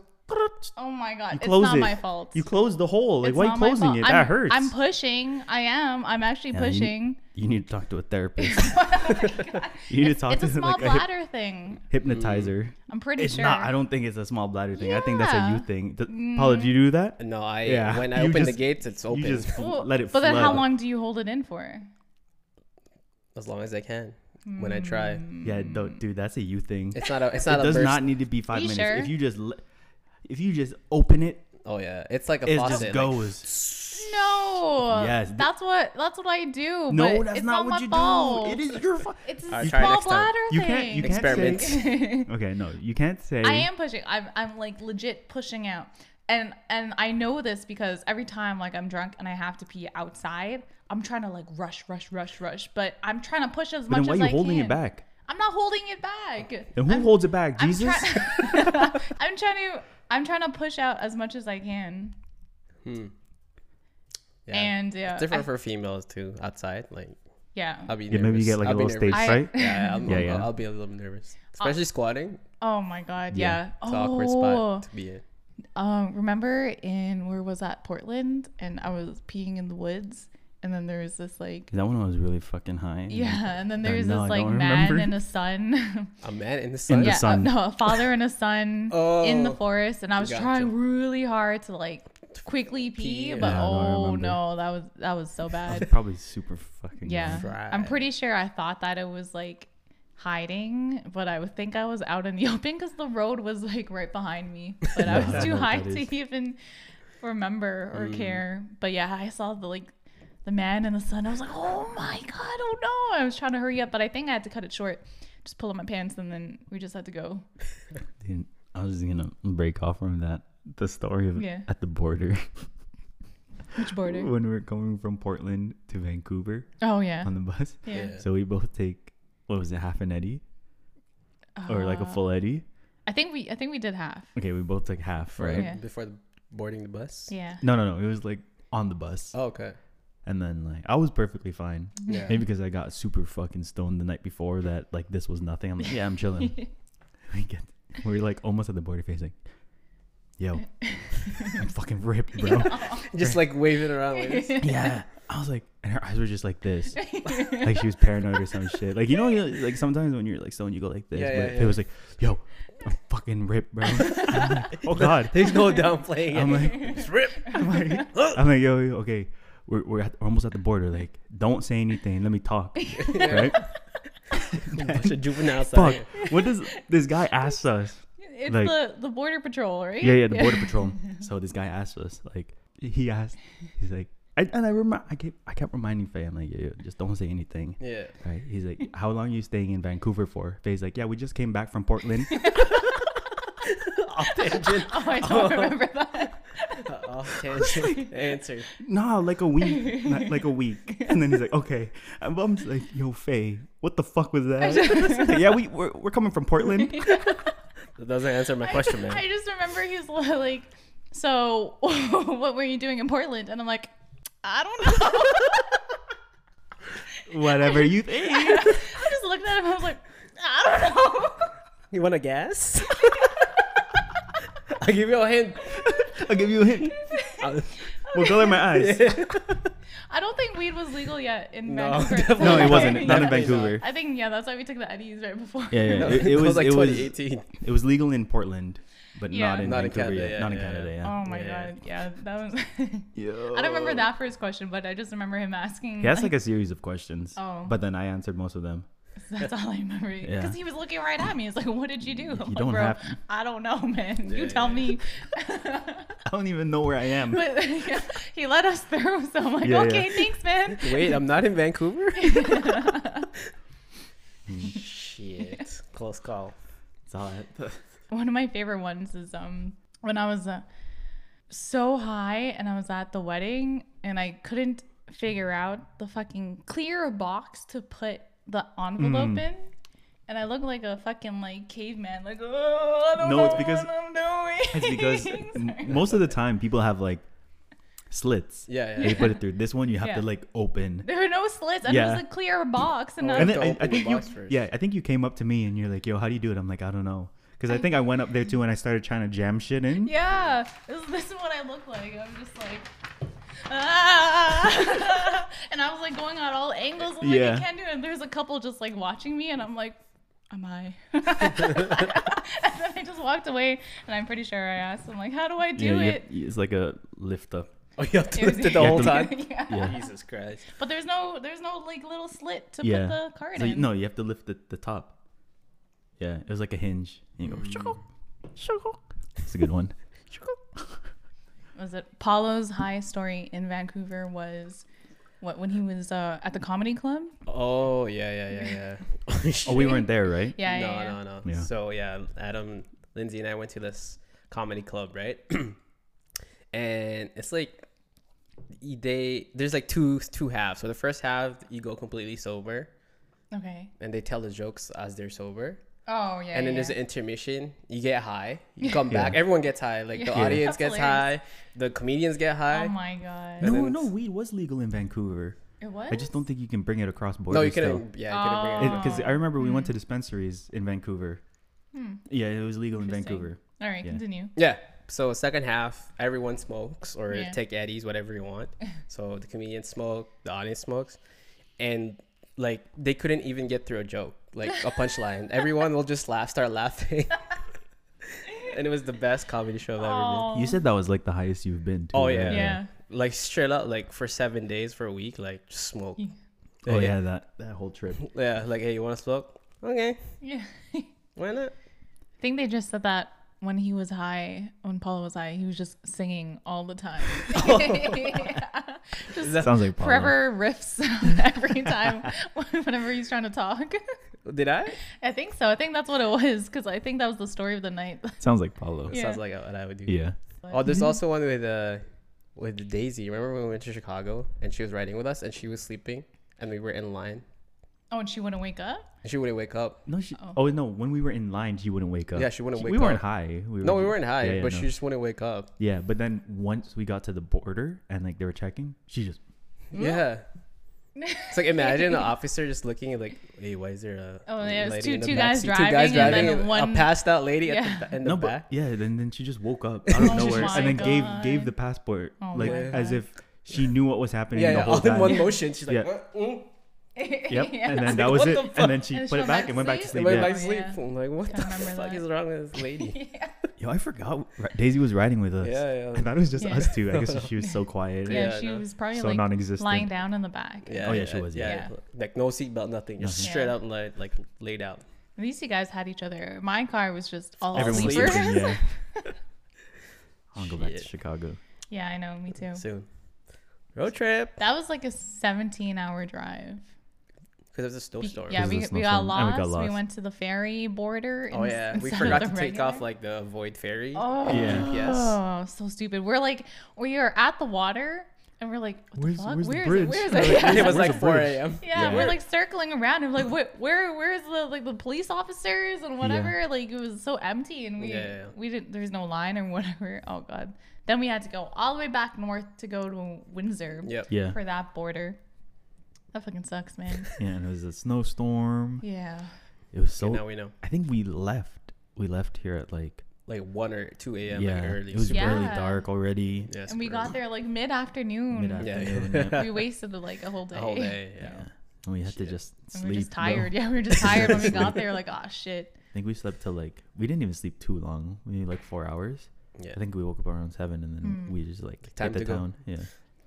Speaker 2: Oh my god,
Speaker 3: You
Speaker 2: it's
Speaker 3: close
Speaker 2: not
Speaker 3: it.
Speaker 2: my fault.
Speaker 3: You close the hole. Like
Speaker 2: It's
Speaker 3: why are you
Speaker 2: not my
Speaker 3: closing
Speaker 2: fault.
Speaker 3: it?
Speaker 2: I'm,
Speaker 3: that hurts.
Speaker 2: I'm pushing. I am. I'm actually
Speaker 3: Yeah, you-
Speaker 2: pushing.
Speaker 3: You need to talk to a therapist. you need to talk
Speaker 2: Oh It's
Speaker 3: to
Speaker 2: a small
Speaker 3: like a hyp-
Speaker 2: bladder thing.
Speaker 3: hypnotizer.
Speaker 1: Mm.
Speaker 2: I'm pretty
Speaker 3: It's
Speaker 2: sure.
Speaker 3: not. I don't think it's a small bladder thing. I think that's a
Speaker 2: Yeah. Mm.
Speaker 3: you thing. Th- Paula, do you do that?
Speaker 1: No, I
Speaker 3: Yeah.
Speaker 1: when I
Speaker 3: You
Speaker 1: open the
Speaker 3: just-
Speaker 1: gates, it's open
Speaker 3: You just fl-
Speaker 2: Well,
Speaker 3: let it.
Speaker 2: but then how
Speaker 3: flood.
Speaker 2: long do you hold it in for?
Speaker 1: as long as I can. When I try,
Speaker 2: Mm.
Speaker 3: Yeah, don't, dude, that's a you thing.
Speaker 1: it's not a it's
Speaker 3: it
Speaker 1: not a
Speaker 3: does
Speaker 1: burst.
Speaker 3: not need to be five
Speaker 2: You
Speaker 3: minutes.
Speaker 2: sure?
Speaker 3: If you just, le- if you just open it,
Speaker 1: oh yeah, it's like a
Speaker 3: it
Speaker 1: faucet.
Speaker 3: just
Speaker 1: like-
Speaker 3: goes.
Speaker 2: No.
Speaker 3: Yes.
Speaker 2: That's what that's what I do.
Speaker 3: no,
Speaker 2: but
Speaker 3: that's
Speaker 2: it's
Speaker 3: not,
Speaker 2: not,
Speaker 3: what
Speaker 2: my
Speaker 3: you
Speaker 2: fault.
Speaker 3: do. It is your. Fu-
Speaker 2: It's a
Speaker 1: I'll try
Speaker 2: small
Speaker 1: next time.
Speaker 2: bladder
Speaker 3: you
Speaker 2: thing.
Speaker 3: can't. You can't
Speaker 1: Experiment.
Speaker 3: Say, okay, no, you can't say.
Speaker 2: I am pushing. I'm I'm like legit pushing out. And and I know this because every time like I'm drunk and I have to pee outside, I'm trying to like rush, rush, rush, rush. But I'm trying to push as much
Speaker 3: But then why are
Speaker 2: as
Speaker 3: you
Speaker 2: I
Speaker 3: holding
Speaker 2: can.
Speaker 3: it back?
Speaker 2: I'm not holding it back.
Speaker 3: And who holds it back?
Speaker 2: I'm
Speaker 3: Jesus.
Speaker 2: try- I'm trying to I'm trying to push out as much as I can.
Speaker 1: Yeah.
Speaker 2: And yeah,
Speaker 1: it's different
Speaker 2: I-
Speaker 1: for females too. Outside, like
Speaker 2: yeah.
Speaker 1: I'll be
Speaker 3: yeah,
Speaker 1: nervous.
Speaker 3: maybe you get like
Speaker 1: I'll
Speaker 3: a
Speaker 1: be
Speaker 3: little stage
Speaker 1: nervous.
Speaker 2: I-
Speaker 3: fright.
Speaker 1: Yeah, I'm,
Speaker 3: Yeah,
Speaker 1: I'll,
Speaker 3: yeah.
Speaker 1: I'll be a little nervous, especially squatting.
Speaker 2: Oh my god,
Speaker 3: Yeah.
Speaker 2: yeah.
Speaker 1: It's
Speaker 2: oh.
Speaker 1: an awkward spot to be in.
Speaker 2: Um, remember in where was that Portland, and I was peeing in the woods, and then there was this like
Speaker 3: That one was really fucking high.
Speaker 2: yeah, and then
Speaker 3: Uh,
Speaker 2: there was
Speaker 3: no, Mm. I
Speaker 2: this like
Speaker 3: don't
Speaker 2: man
Speaker 3: remember.
Speaker 2: and a son.
Speaker 1: A man in the sun.
Speaker 3: the
Speaker 2: yeah, uh,
Speaker 3: sun.
Speaker 2: no, a father and a son in the
Speaker 1: Oh.
Speaker 2: forest, and I was
Speaker 1: Gotcha.
Speaker 2: trying really hard to like quickly pee,
Speaker 1: Pee,
Speaker 2: but
Speaker 3: yeah. Yeah, I don't
Speaker 2: oh
Speaker 3: remember.
Speaker 2: no, that was that was so bad.
Speaker 3: Probably super fucking.
Speaker 2: yeah, I'm
Speaker 1: Fried.
Speaker 2: pretty sure I thought that it was like hiding but i would think i was out in the open because the road was like right behind me but i
Speaker 3: Yeah, I
Speaker 2: was
Speaker 3: know
Speaker 2: too
Speaker 3: what
Speaker 2: high
Speaker 3: that is. Mm.
Speaker 2: to even remember or care but yeah i saw the like the man and the sun i was like oh my god oh no i was trying to hurry up but i think i had to cut it short just pull up my pants and then we just had to go
Speaker 3: Dude, I was just gonna break off from that. The story of
Speaker 2: Yeah.
Speaker 3: at the border
Speaker 2: which border
Speaker 3: when we were coming from Portland to Vancouver
Speaker 2: oh yeah
Speaker 3: on the bus.
Speaker 2: yeah
Speaker 1: Yeah.
Speaker 3: So we both take what was it, half an eddy or like a
Speaker 2: Uh,
Speaker 3: full eddy?
Speaker 2: i think we i think we did half
Speaker 3: Okay, we both took half,
Speaker 1: Before-
Speaker 3: right?
Speaker 2: Yeah.
Speaker 1: Before the boarding the bus.
Speaker 2: yeah
Speaker 3: No, no, no. It was like on the bus,
Speaker 1: Oh, okay.
Speaker 3: and then like I was perfectly fine.
Speaker 1: Yeah.
Speaker 3: Maybe because I got super fucking stoned the night before that like this was nothing. I'm like, yeah, I'm chilling. we get, we're like almost at the border facing. Yo, I'm fucking ripped, bro.
Speaker 1: Just like waving around. Like this.
Speaker 3: Yeah. I was like, and her eyes were just like this. like she was paranoid or some shit. Like, you know, you- like sometimes when you're like stoned, you go like this.
Speaker 1: Yeah,
Speaker 3: but
Speaker 1: yeah,
Speaker 3: if
Speaker 1: yeah.
Speaker 3: it was like, yo, I'm fucking ripped, bro. I'm like, oh, God.
Speaker 1: There's no downplaying.
Speaker 3: I'm
Speaker 1: it.
Speaker 3: like,
Speaker 1: It's rip.
Speaker 3: I'm like, I'm like, yo, yo, okay. We're, we're, at, we're almost at the border. Like, don't say anything. Let me talk. Right?
Speaker 1: Bunch of juveniles. out
Speaker 3: Fuck.
Speaker 1: here.
Speaker 3: What does this guy ask us?
Speaker 2: it's
Speaker 3: Like-
Speaker 2: the the border patrol right
Speaker 3: Yeah, yeah, the border patrol. So this guy asked us, like, he asked, he's like, I, and I remember, I kept, I kept reminding Faye, I'm like, yo, yo, just don't say anything.
Speaker 1: Yeah.
Speaker 3: Right? He's like, how long are you staying in Vancouver for? Faye's like, yeah, we just came back from Portland.
Speaker 1: Off tangent. Um,
Speaker 2: oh i don't remember that
Speaker 1: Off tangent. Answer.
Speaker 3: nah, like a week, not- like a week. And then he's like, okay. And I'm just like, yo, Faye, what the fuck was that? Like, yeah, we we're, we're coming from Portland.
Speaker 1: That doesn't answer my question, man.
Speaker 2: I just remember he's li- like, "So, what were you doing in Portland?" And I'm like, "I don't know."
Speaker 3: Whatever you think.
Speaker 2: I just looked at him. I was like, "I don't know."
Speaker 1: You want to guess? I'll give you a hint.
Speaker 3: I'll give you Uh, a hint. What color are my eyes?
Speaker 2: I don't think weed was legal yet in
Speaker 1: No,
Speaker 2: Vancouver.
Speaker 1: definitely
Speaker 3: No, it wasn't. Not in
Speaker 1: Definitely not.
Speaker 3: Vancouver.
Speaker 2: I think yeah, that's why we took the Eddies right before.
Speaker 3: Yeah, yeah.
Speaker 1: No,
Speaker 3: it, it was.
Speaker 1: like
Speaker 3: it was.
Speaker 1: 2018.
Speaker 3: It was legal in Portland, but
Speaker 2: Yeah.
Speaker 3: not in
Speaker 1: Not in
Speaker 3: Vancouver.
Speaker 1: Canada,
Speaker 3: yet.
Speaker 1: yeah,
Speaker 3: not in
Speaker 1: yeah,
Speaker 3: Canada. Yeah.
Speaker 2: Oh my
Speaker 1: Yeah.
Speaker 2: god, yeah, that was. I don't remember that first question, but I just remember him asking.
Speaker 3: He asked like a series of questions,
Speaker 2: Oh.
Speaker 3: but then I answered most of them.
Speaker 2: That's all I remember.
Speaker 3: Yeah.
Speaker 2: Because he was looking right at me. He's like, "What did you do?" I'm like,
Speaker 3: don't
Speaker 2: "Bro,
Speaker 3: have to."
Speaker 2: I don't know, man. you
Speaker 1: Yeah,
Speaker 2: tell
Speaker 1: yeah.
Speaker 2: me.
Speaker 3: I don't even know where I am.
Speaker 2: but yeah, he let us through, so I'm like,
Speaker 3: Yeah, yeah.
Speaker 2: "Okay, thanks, man."
Speaker 1: Wait, I'm not in Vancouver. Shit, close call.
Speaker 3: That's all I-
Speaker 2: One of my favorite ones is um when I was uh, so high and I was at the wedding and I couldn't figure out the fucking clear box to put the envelope
Speaker 3: Hmm.
Speaker 2: in. And I look like a fucking like caveman, like oh, I don't
Speaker 3: No,
Speaker 2: know
Speaker 3: it's because-
Speaker 2: what I'm doing.
Speaker 3: It's because m-
Speaker 2: Sorry.
Speaker 3: most of the time people have like slits.
Speaker 1: Yeah,
Speaker 3: They
Speaker 1: yeah.
Speaker 3: put it through. This one you have
Speaker 2: Yeah.
Speaker 3: to like open.
Speaker 2: there were no slits, and it
Speaker 3: Yeah.
Speaker 2: was a clear box, and
Speaker 1: Oh,
Speaker 2: I
Speaker 3: And
Speaker 2: was
Speaker 1: have
Speaker 3: then
Speaker 1: to open
Speaker 3: I, I
Speaker 1: the
Speaker 3: think you,
Speaker 1: box first.
Speaker 3: yeah, I think you came up to me and you're like, "Yo, how do you do it?" I'm like, "I don't know," because I think I went up there too and I started trying to jam shit in.
Speaker 2: Yeah, this, this is what I look like. I'm just like, ah, and I was like going on all angles. I'm like,
Speaker 3: Yeah.
Speaker 2: I can't do it. And there's a couple just like watching me, and I'm like, am I? and then I just walked away, and I'm pretty sure I asked. I'm like, how do I do
Speaker 3: you
Speaker 2: it?
Speaker 3: have- it's like a lift up.
Speaker 1: Oh, you have to
Speaker 2: It was-
Speaker 1: lift it the whole
Speaker 3: You have
Speaker 1: time.
Speaker 2: yeah.
Speaker 3: Yeah.
Speaker 1: Jesus Christ.
Speaker 2: but there's no, there's no like little slit to
Speaker 3: yeah.
Speaker 2: put the card
Speaker 3: So you-
Speaker 2: in.
Speaker 3: no, you have to lift the, the top. Yeah, it was like a hinge. And you go,
Speaker 2: Mm.
Speaker 3: "Shoo-hoo, shoo-hoo." It's a good one.
Speaker 2: was it Paulo's high story in Vancouver was what when he was uh, at the comedy club?
Speaker 1: Oh yeah, yeah, yeah, yeah.
Speaker 3: oh, we weren't there, right?
Speaker 2: Yeah,
Speaker 1: no,
Speaker 2: yeah, yeah.
Speaker 1: no, no.
Speaker 3: Yeah.
Speaker 1: So yeah, Adam, Lindsay, and I went to this comedy club, right? and it's like y- they there's like two two halves. So the first half you go completely sober,
Speaker 2: Okay.
Speaker 1: and they tell the jokes as they're sober.
Speaker 2: Oh yeah.
Speaker 1: and then
Speaker 2: yeah.
Speaker 1: there's an intermission. You get high. You come back. Everyone gets high. Like the
Speaker 2: Yeah.
Speaker 1: audience
Speaker 2: That's
Speaker 1: gets
Speaker 2: hilarious.
Speaker 1: high. The comedians get high.
Speaker 2: Oh my god.
Speaker 1: And
Speaker 3: No,
Speaker 1: then
Speaker 3: no,
Speaker 1: it's-
Speaker 3: weed was legal in Vancouver.
Speaker 2: It was.
Speaker 3: I just don't think you can bring it across borders.
Speaker 1: no, you
Speaker 3: still.
Speaker 1: couldn't. Yeah, you couldn't bring it.
Speaker 2: Oh.
Speaker 1: up.
Speaker 3: because I remember we went to dispensaries in Vancouver. Yeah, it was legal in
Speaker 2: Hmm. Interesting.
Speaker 3: Vancouver.
Speaker 2: All right,
Speaker 3: Yeah.
Speaker 2: continue.
Speaker 1: Yeah. So second half, everyone smokes or
Speaker 2: Yeah.
Speaker 1: take eddies, whatever you want. so the comedians smoke, the audience smokes, and like they couldn't even get through a joke, like a punchline. everyone will just laugh, start laughing, and it was the best comedy show I've ever been.
Speaker 2: Oh,
Speaker 3: You said that was like the highest you've been. To,
Speaker 1: Oh, yeah.
Speaker 2: yeah.
Speaker 1: Like straight up, like for seven days for a week, like just smoke.
Speaker 2: Yeah.
Speaker 3: Oh
Speaker 1: Yeah.
Speaker 3: yeah, that that whole trip.
Speaker 1: Yeah, like hey, you want to smoke? Okay,
Speaker 2: Yeah.
Speaker 1: why not?
Speaker 2: I think they just said that when he was high, when Paula was high, he was just singing all the time. Yeah. Just
Speaker 1: That-
Speaker 3: Sounds like Paulo.
Speaker 2: forever riffs every time whenever he's trying to talk.
Speaker 1: Did I?
Speaker 2: I think so. I think that's what it was because I think that was the story of the night.
Speaker 3: Sounds like Paulo.
Speaker 2: Yeah.
Speaker 1: Sounds like what I would do.
Speaker 3: Yeah.
Speaker 1: Oh, there's also one with uh with Daisy. Remember when we went to Chicago and she was riding with us and she was sleeping and we were in line
Speaker 2: Oh, and she wouldn't wake up.
Speaker 1: and she wouldn't wake up.
Speaker 3: No, she.
Speaker 2: Oh.
Speaker 3: Oh. no, when we were in line, she wouldn't wake up.
Speaker 1: Yeah, she wouldn't
Speaker 3: We
Speaker 1: wake
Speaker 3: weren't
Speaker 1: up.
Speaker 3: high. We
Speaker 1: No, we weren't high,
Speaker 3: Yeah, yeah,
Speaker 1: but
Speaker 3: no.
Speaker 1: she just wouldn't wake up.
Speaker 3: Yeah, but then once we got to the border and like they were checking, she just.
Speaker 1: Yeah. It's like imagine an officer just looking at like, hey, why is there a
Speaker 2: Oh, yeah, it's
Speaker 1: lady
Speaker 2: two-
Speaker 1: in the
Speaker 2: two
Speaker 1: back
Speaker 2: guys
Speaker 1: seat?
Speaker 2: driving and then
Speaker 1: a
Speaker 2: one-
Speaker 1: passed out lady
Speaker 2: Yeah.
Speaker 1: at the, ba- in the
Speaker 3: no,
Speaker 1: back.
Speaker 3: but yeah, then then she just woke up out of
Speaker 2: Oh
Speaker 3: nowhere
Speaker 2: my
Speaker 3: and then
Speaker 2: God.
Speaker 3: gave gave the passport
Speaker 2: Oh
Speaker 3: like
Speaker 2: my
Speaker 3: as
Speaker 2: God.
Speaker 3: if she knew what was happening
Speaker 1: yeah,
Speaker 3: the
Speaker 1: yeah,
Speaker 3: whole
Speaker 1: all
Speaker 3: time.
Speaker 1: in one motion. She's like,
Speaker 3: Yeah.
Speaker 1: "Uh, mm."
Speaker 3: Yep. And then
Speaker 2: Yeah.
Speaker 3: that was
Speaker 1: what
Speaker 3: it.
Speaker 1: the fuck?
Speaker 3: And then she
Speaker 2: And
Speaker 3: put
Speaker 2: she
Speaker 3: it back and went back to
Speaker 1: It
Speaker 3: sleep.
Speaker 1: went
Speaker 3: Yeah.
Speaker 1: back
Speaker 2: Yeah.
Speaker 1: to sleep. I'm like, what
Speaker 2: I
Speaker 1: the
Speaker 2: remember
Speaker 1: fuck
Speaker 2: that.
Speaker 1: is wrong with this lady?
Speaker 3: Yo, I forgot Ra- Daisy was riding with us.
Speaker 1: yeah,
Speaker 3: I thought it was just
Speaker 2: Yeah.
Speaker 3: us two. I guess she was so quiet.
Speaker 2: Yeah,
Speaker 1: Yeah,
Speaker 2: she
Speaker 1: no.
Speaker 2: was probably
Speaker 3: So
Speaker 2: like
Speaker 3: non-existent.
Speaker 2: lying down in the back.
Speaker 1: yeah.
Speaker 3: Oh, yeah, she was,
Speaker 2: yeah. Yeah.
Speaker 1: Like no seatbelt, nothing. Just
Speaker 2: Nothing.
Speaker 1: straight
Speaker 2: Yeah.
Speaker 1: up like like laid out.
Speaker 2: At least you guys had each other. My car was just all
Speaker 1: Everyone was
Speaker 2: sleepers.
Speaker 1: sleeping,
Speaker 2: yeah.
Speaker 3: yeah. I'll go back to
Speaker 1: Shit.
Speaker 3: Chicago.
Speaker 2: I know, me too.
Speaker 1: Soon. Road trip.
Speaker 2: That was like a 17 hour drive.
Speaker 1: Because there's a
Speaker 2: Be-
Speaker 1: snowstorm.
Speaker 2: yeah,
Speaker 3: Because
Speaker 2: we,
Speaker 3: of the
Speaker 2: we, got lost.
Speaker 3: snowstorm. And we
Speaker 2: we
Speaker 3: got lost.
Speaker 2: went to the ferry border.
Speaker 1: Oh
Speaker 2: ins-
Speaker 1: yeah, we
Speaker 2: instead of
Speaker 1: forgot
Speaker 2: the
Speaker 1: to take
Speaker 2: regular.
Speaker 1: off like the avoid ferry.
Speaker 2: Oh,
Speaker 3: Yeah.
Speaker 2: oh, so stupid. We're like, we are at the water and we're like, what
Speaker 3: Where's-
Speaker 2: the fuck?
Speaker 3: where's the
Speaker 2: where is
Speaker 3: bridge?
Speaker 2: it?
Speaker 1: it
Speaker 2: Where is it?
Speaker 3: We're like, "Where's the-
Speaker 1: was
Speaker 3: where's
Speaker 1: like
Speaker 3: the
Speaker 1: 4
Speaker 3: bridge?"
Speaker 1: a.m.
Speaker 2: Yeah,
Speaker 3: Yeah.
Speaker 2: we're like circling around and like, what, where, where's the like the police officers and whatever? Like it was so empty and we
Speaker 1: Yeah, yeah, yeah.
Speaker 2: we didn't. There's no line or whatever. Oh god. Then we had to go all the way back north to go to Windsor
Speaker 1: Yep.
Speaker 3: Yeah.
Speaker 2: for that border. That fucking sucks, man.
Speaker 3: Yeah, and it was a snowstorm.
Speaker 2: yeah.
Speaker 3: It was
Speaker 1: Okay,
Speaker 3: so.
Speaker 1: now we know.
Speaker 3: I think we left. We left here at like
Speaker 1: like one or two a.m.
Speaker 3: yeah,
Speaker 1: like early.
Speaker 3: it was
Speaker 1: super-
Speaker 2: Yeah.
Speaker 3: really dark already.
Speaker 1: yeah,
Speaker 2: and we
Speaker 1: super
Speaker 2: got
Speaker 1: early.
Speaker 2: there like mid afternoon.
Speaker 3: Mid-afternoon,
Speaker 1: Yeah.
Speaker 2: We wasted like a whole day.
Speaker 1: the whole day. Yeah.
Speaker 3: Yeah. And we had to
Speaker 1: Shit.
Speaker 3: just
Speaker 2: And
Speaker 3: sleep.
Speaker 2: we were just
Speaker 3: though.
Speaker 2: tired. Yeah, we were just tired when we got
Speaker 3: Sleep.
Speaker 2: there. Like, oh shit.
Speaker 3: I think we slept till like we didn't even sleep too long. Maybe like four hours.
Speaker 1: yeah,
Speaker 3: I think we woke up around seven, and then
Speaker 2: Mm.
Speaker 3: we just like hit
Speaker 1: Time
Speaker 3: the
Speaker 1: to go.
Speaker 3: town. Yeah,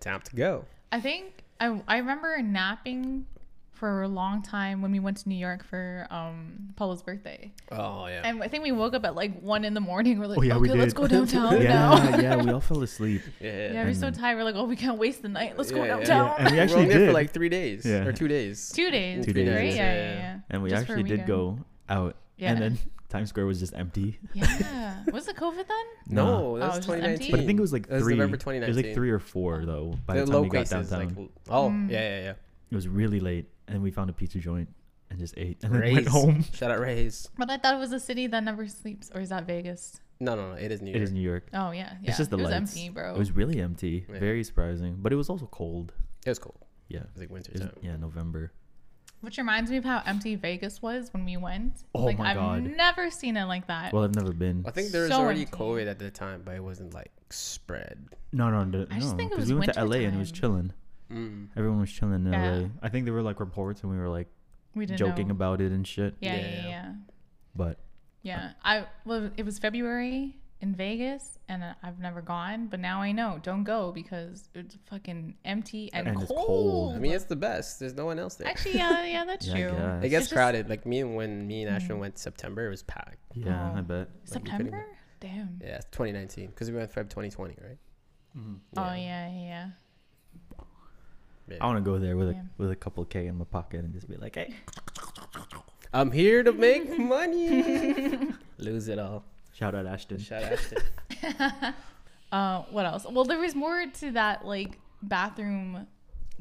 Speaker 1: time to go.
Speaker 2: I think I I remember napping for a long time when we went to New York for um Paula's birthday.
Speaker 1: Oh yeah,
Speaker 2: And I think we woke up at like one in the morning. We're like,
Speaker 3: Oh, yeah, we
Speaker 2: okay, let's
Speaker 3: did.
Speaker 2: go downtown now.
Speaker 3: yeah, yeah. We all fell asleep.
Speaker 1: yeah.
Speaker 2: Yeah, we're so
Speaker 3: And-
Speaker 2: tired. We're like, oh, we can't waste the night. Let's go
Speaker 1: Yeah, yeah, yeah.
Speaker 2: downtown.
Speaker 3: and we
Speaker 1: We were
Speaker 3: actually
Speaker 1: only there
Speaker 3: did.
Speaker 1: for like three days
Speaker 3: Yeah.
Speaker 1: or two days.
Speaker 2: Two days.
Speaker 1: Two
Speaker 2: right?
Speaker 3: days,
Speaker 2: Yeah,
Speaker 1: yeah,
Speaker 2: yeah,
Speaker 1: yeah.
Speaker 2: yeah.
Speaker 3: and we
Speaker 2: Just for a
Speaker 3: actually did
Speaker 2: weekend.
Speaker 3: go out,
Speaker 2: Yeah.
Speaker 3: and then Times Square was just empty.
Speaker 2: Yeah. Was it COVID then?
Speaker 3: Nah.
Speaker 1: No,
Speaker 2: Oh,
Speaker 1: that was
Speaker 2: it was just
Speaker 1: 2019.
Speaker 2: empty?
Speaker 3: but I think it was like
Speaker 1: It was
Speaker 3: three.
Speaker 1: November
Speaker 3: It was
Speaker 1: 2019.
Speaker 3: like three or four though. By the,
Speaker 1: the
Speaker 3: time
Speaker 1: low
Speaker 3: we got
Speaker 1: cases.
Speaker 3: downtown,
Speaker 1: Like, oh
Speaker 2: Mm.
Speaker 1: yeah, yeah, yeah.
Speaker 3: it was really late, and we found a pizza joint and just ate and then
Speaker 1: Rays.
Speaker 3: went home.
Speaker 1: Shout out Rays.
Speaker 2: But I thought it was a city that never sleeps. Or is that Vegas?
Speaker 1: No, no, no. It is New
Speaker 3: It
Speaker 1: York.
Speaker 3: is New York.
Speaker 2: Oh, yeah. yeah.
Speaker 3: It's just the
Speaker 2: It was
Speaker 3: lights.
Speaker 2: empty, bro.
Speaker 3: It was really empty.
Speaker 1: Yeah.
Speaker 3: Very surprising, but it was also cold.
Speaker 1: It was cold.
Speaker 3: Yeah,
Speaker 1: It was like winter
Speaker 3: It was-
Speaker 1: time.
Speaker 3: yeah, November.
Speaker 2: Which reminds me of how empty Vegas was when we went.
Speaker 3: Oh
Speaker 2: like,
Speaker 3: my
Speaker 2: I've
Speaker 3: God.
Speaker 2: never seen it like that.
Speaker 3: Well, I've never been.
Speaker 1: I think there was
Speaker 2: So
Speaker 1: already
Speaker 2: empty.
Speaker 1: COVID at the time, but it wasn't like spread.
Speaker 3: No, no, no.
Speaker 2: I just
Speaker 3: no,
Speaker 2: think it
Speaker 3: 'cause
Speaker 2: was
Speaker 3: we went to LA and it was
Speaker 2: wintertime.
Speaker 3: chilling.
Speaker 1: Mm.
Speaker 3: Everyone was chilling in
Speaker 2: Yeah.
Speaker 3: LA. I think there were like reports and we were like
Speaker 2: we didn't
Speaker 3: joking
Speaker 2: know.
Speaker 3: about it and shit.
Speaker 2: Yeah, yeah,
Speaker 1: Yeah.
Speaker 2: yeah. yeah.
Speaker 3: But
Speaker 2: Yeah, I well, it was February in Vegas, and uh, I've never gone, but now I know. Don't go because it's fucking empty and,
Speaker 3: And
Speaker 2: cold.
Speaker 3: it's cold.
Speaker 1: I mean, it's the best. There's no one else there.
Speaker 2: Actually, yeah, yeah, that's
Speaker 3: Yeah, I
Speaker 2: true.
Speaker 3: guess.
Speaker 1: it gets
Speaker 2: it's just- Mm.
Speaker 1: crowded. Like me and when me and Ashton went September, it was packed.
Speaker 3: yeah,
Speaker 2: Oh.
Speaker 3: I bet.
Speaker 1: Like, you couldn't
Speaker 2: September? Damn.
Speaker 1: Yeah, it's 2019 because we went Feb 2020, right?
Speaker 3: Mm-hmm.
Speaker 2: Oh yeah, yeah, yeah.
Speaker 1: Yeah.
Speaker 3: I want to go there with a
Speaker 2: Yeah.
Speaker 3: with a couple K in my pocket and just be like, hey,
Speaker 1: I'm here to make money. Lose it all.
Speaker 3: shout out Ashton.
Speaker 1: Shout out. Ashton.
Speaker 2: Uh, what else? Well, there was more to that like bathroom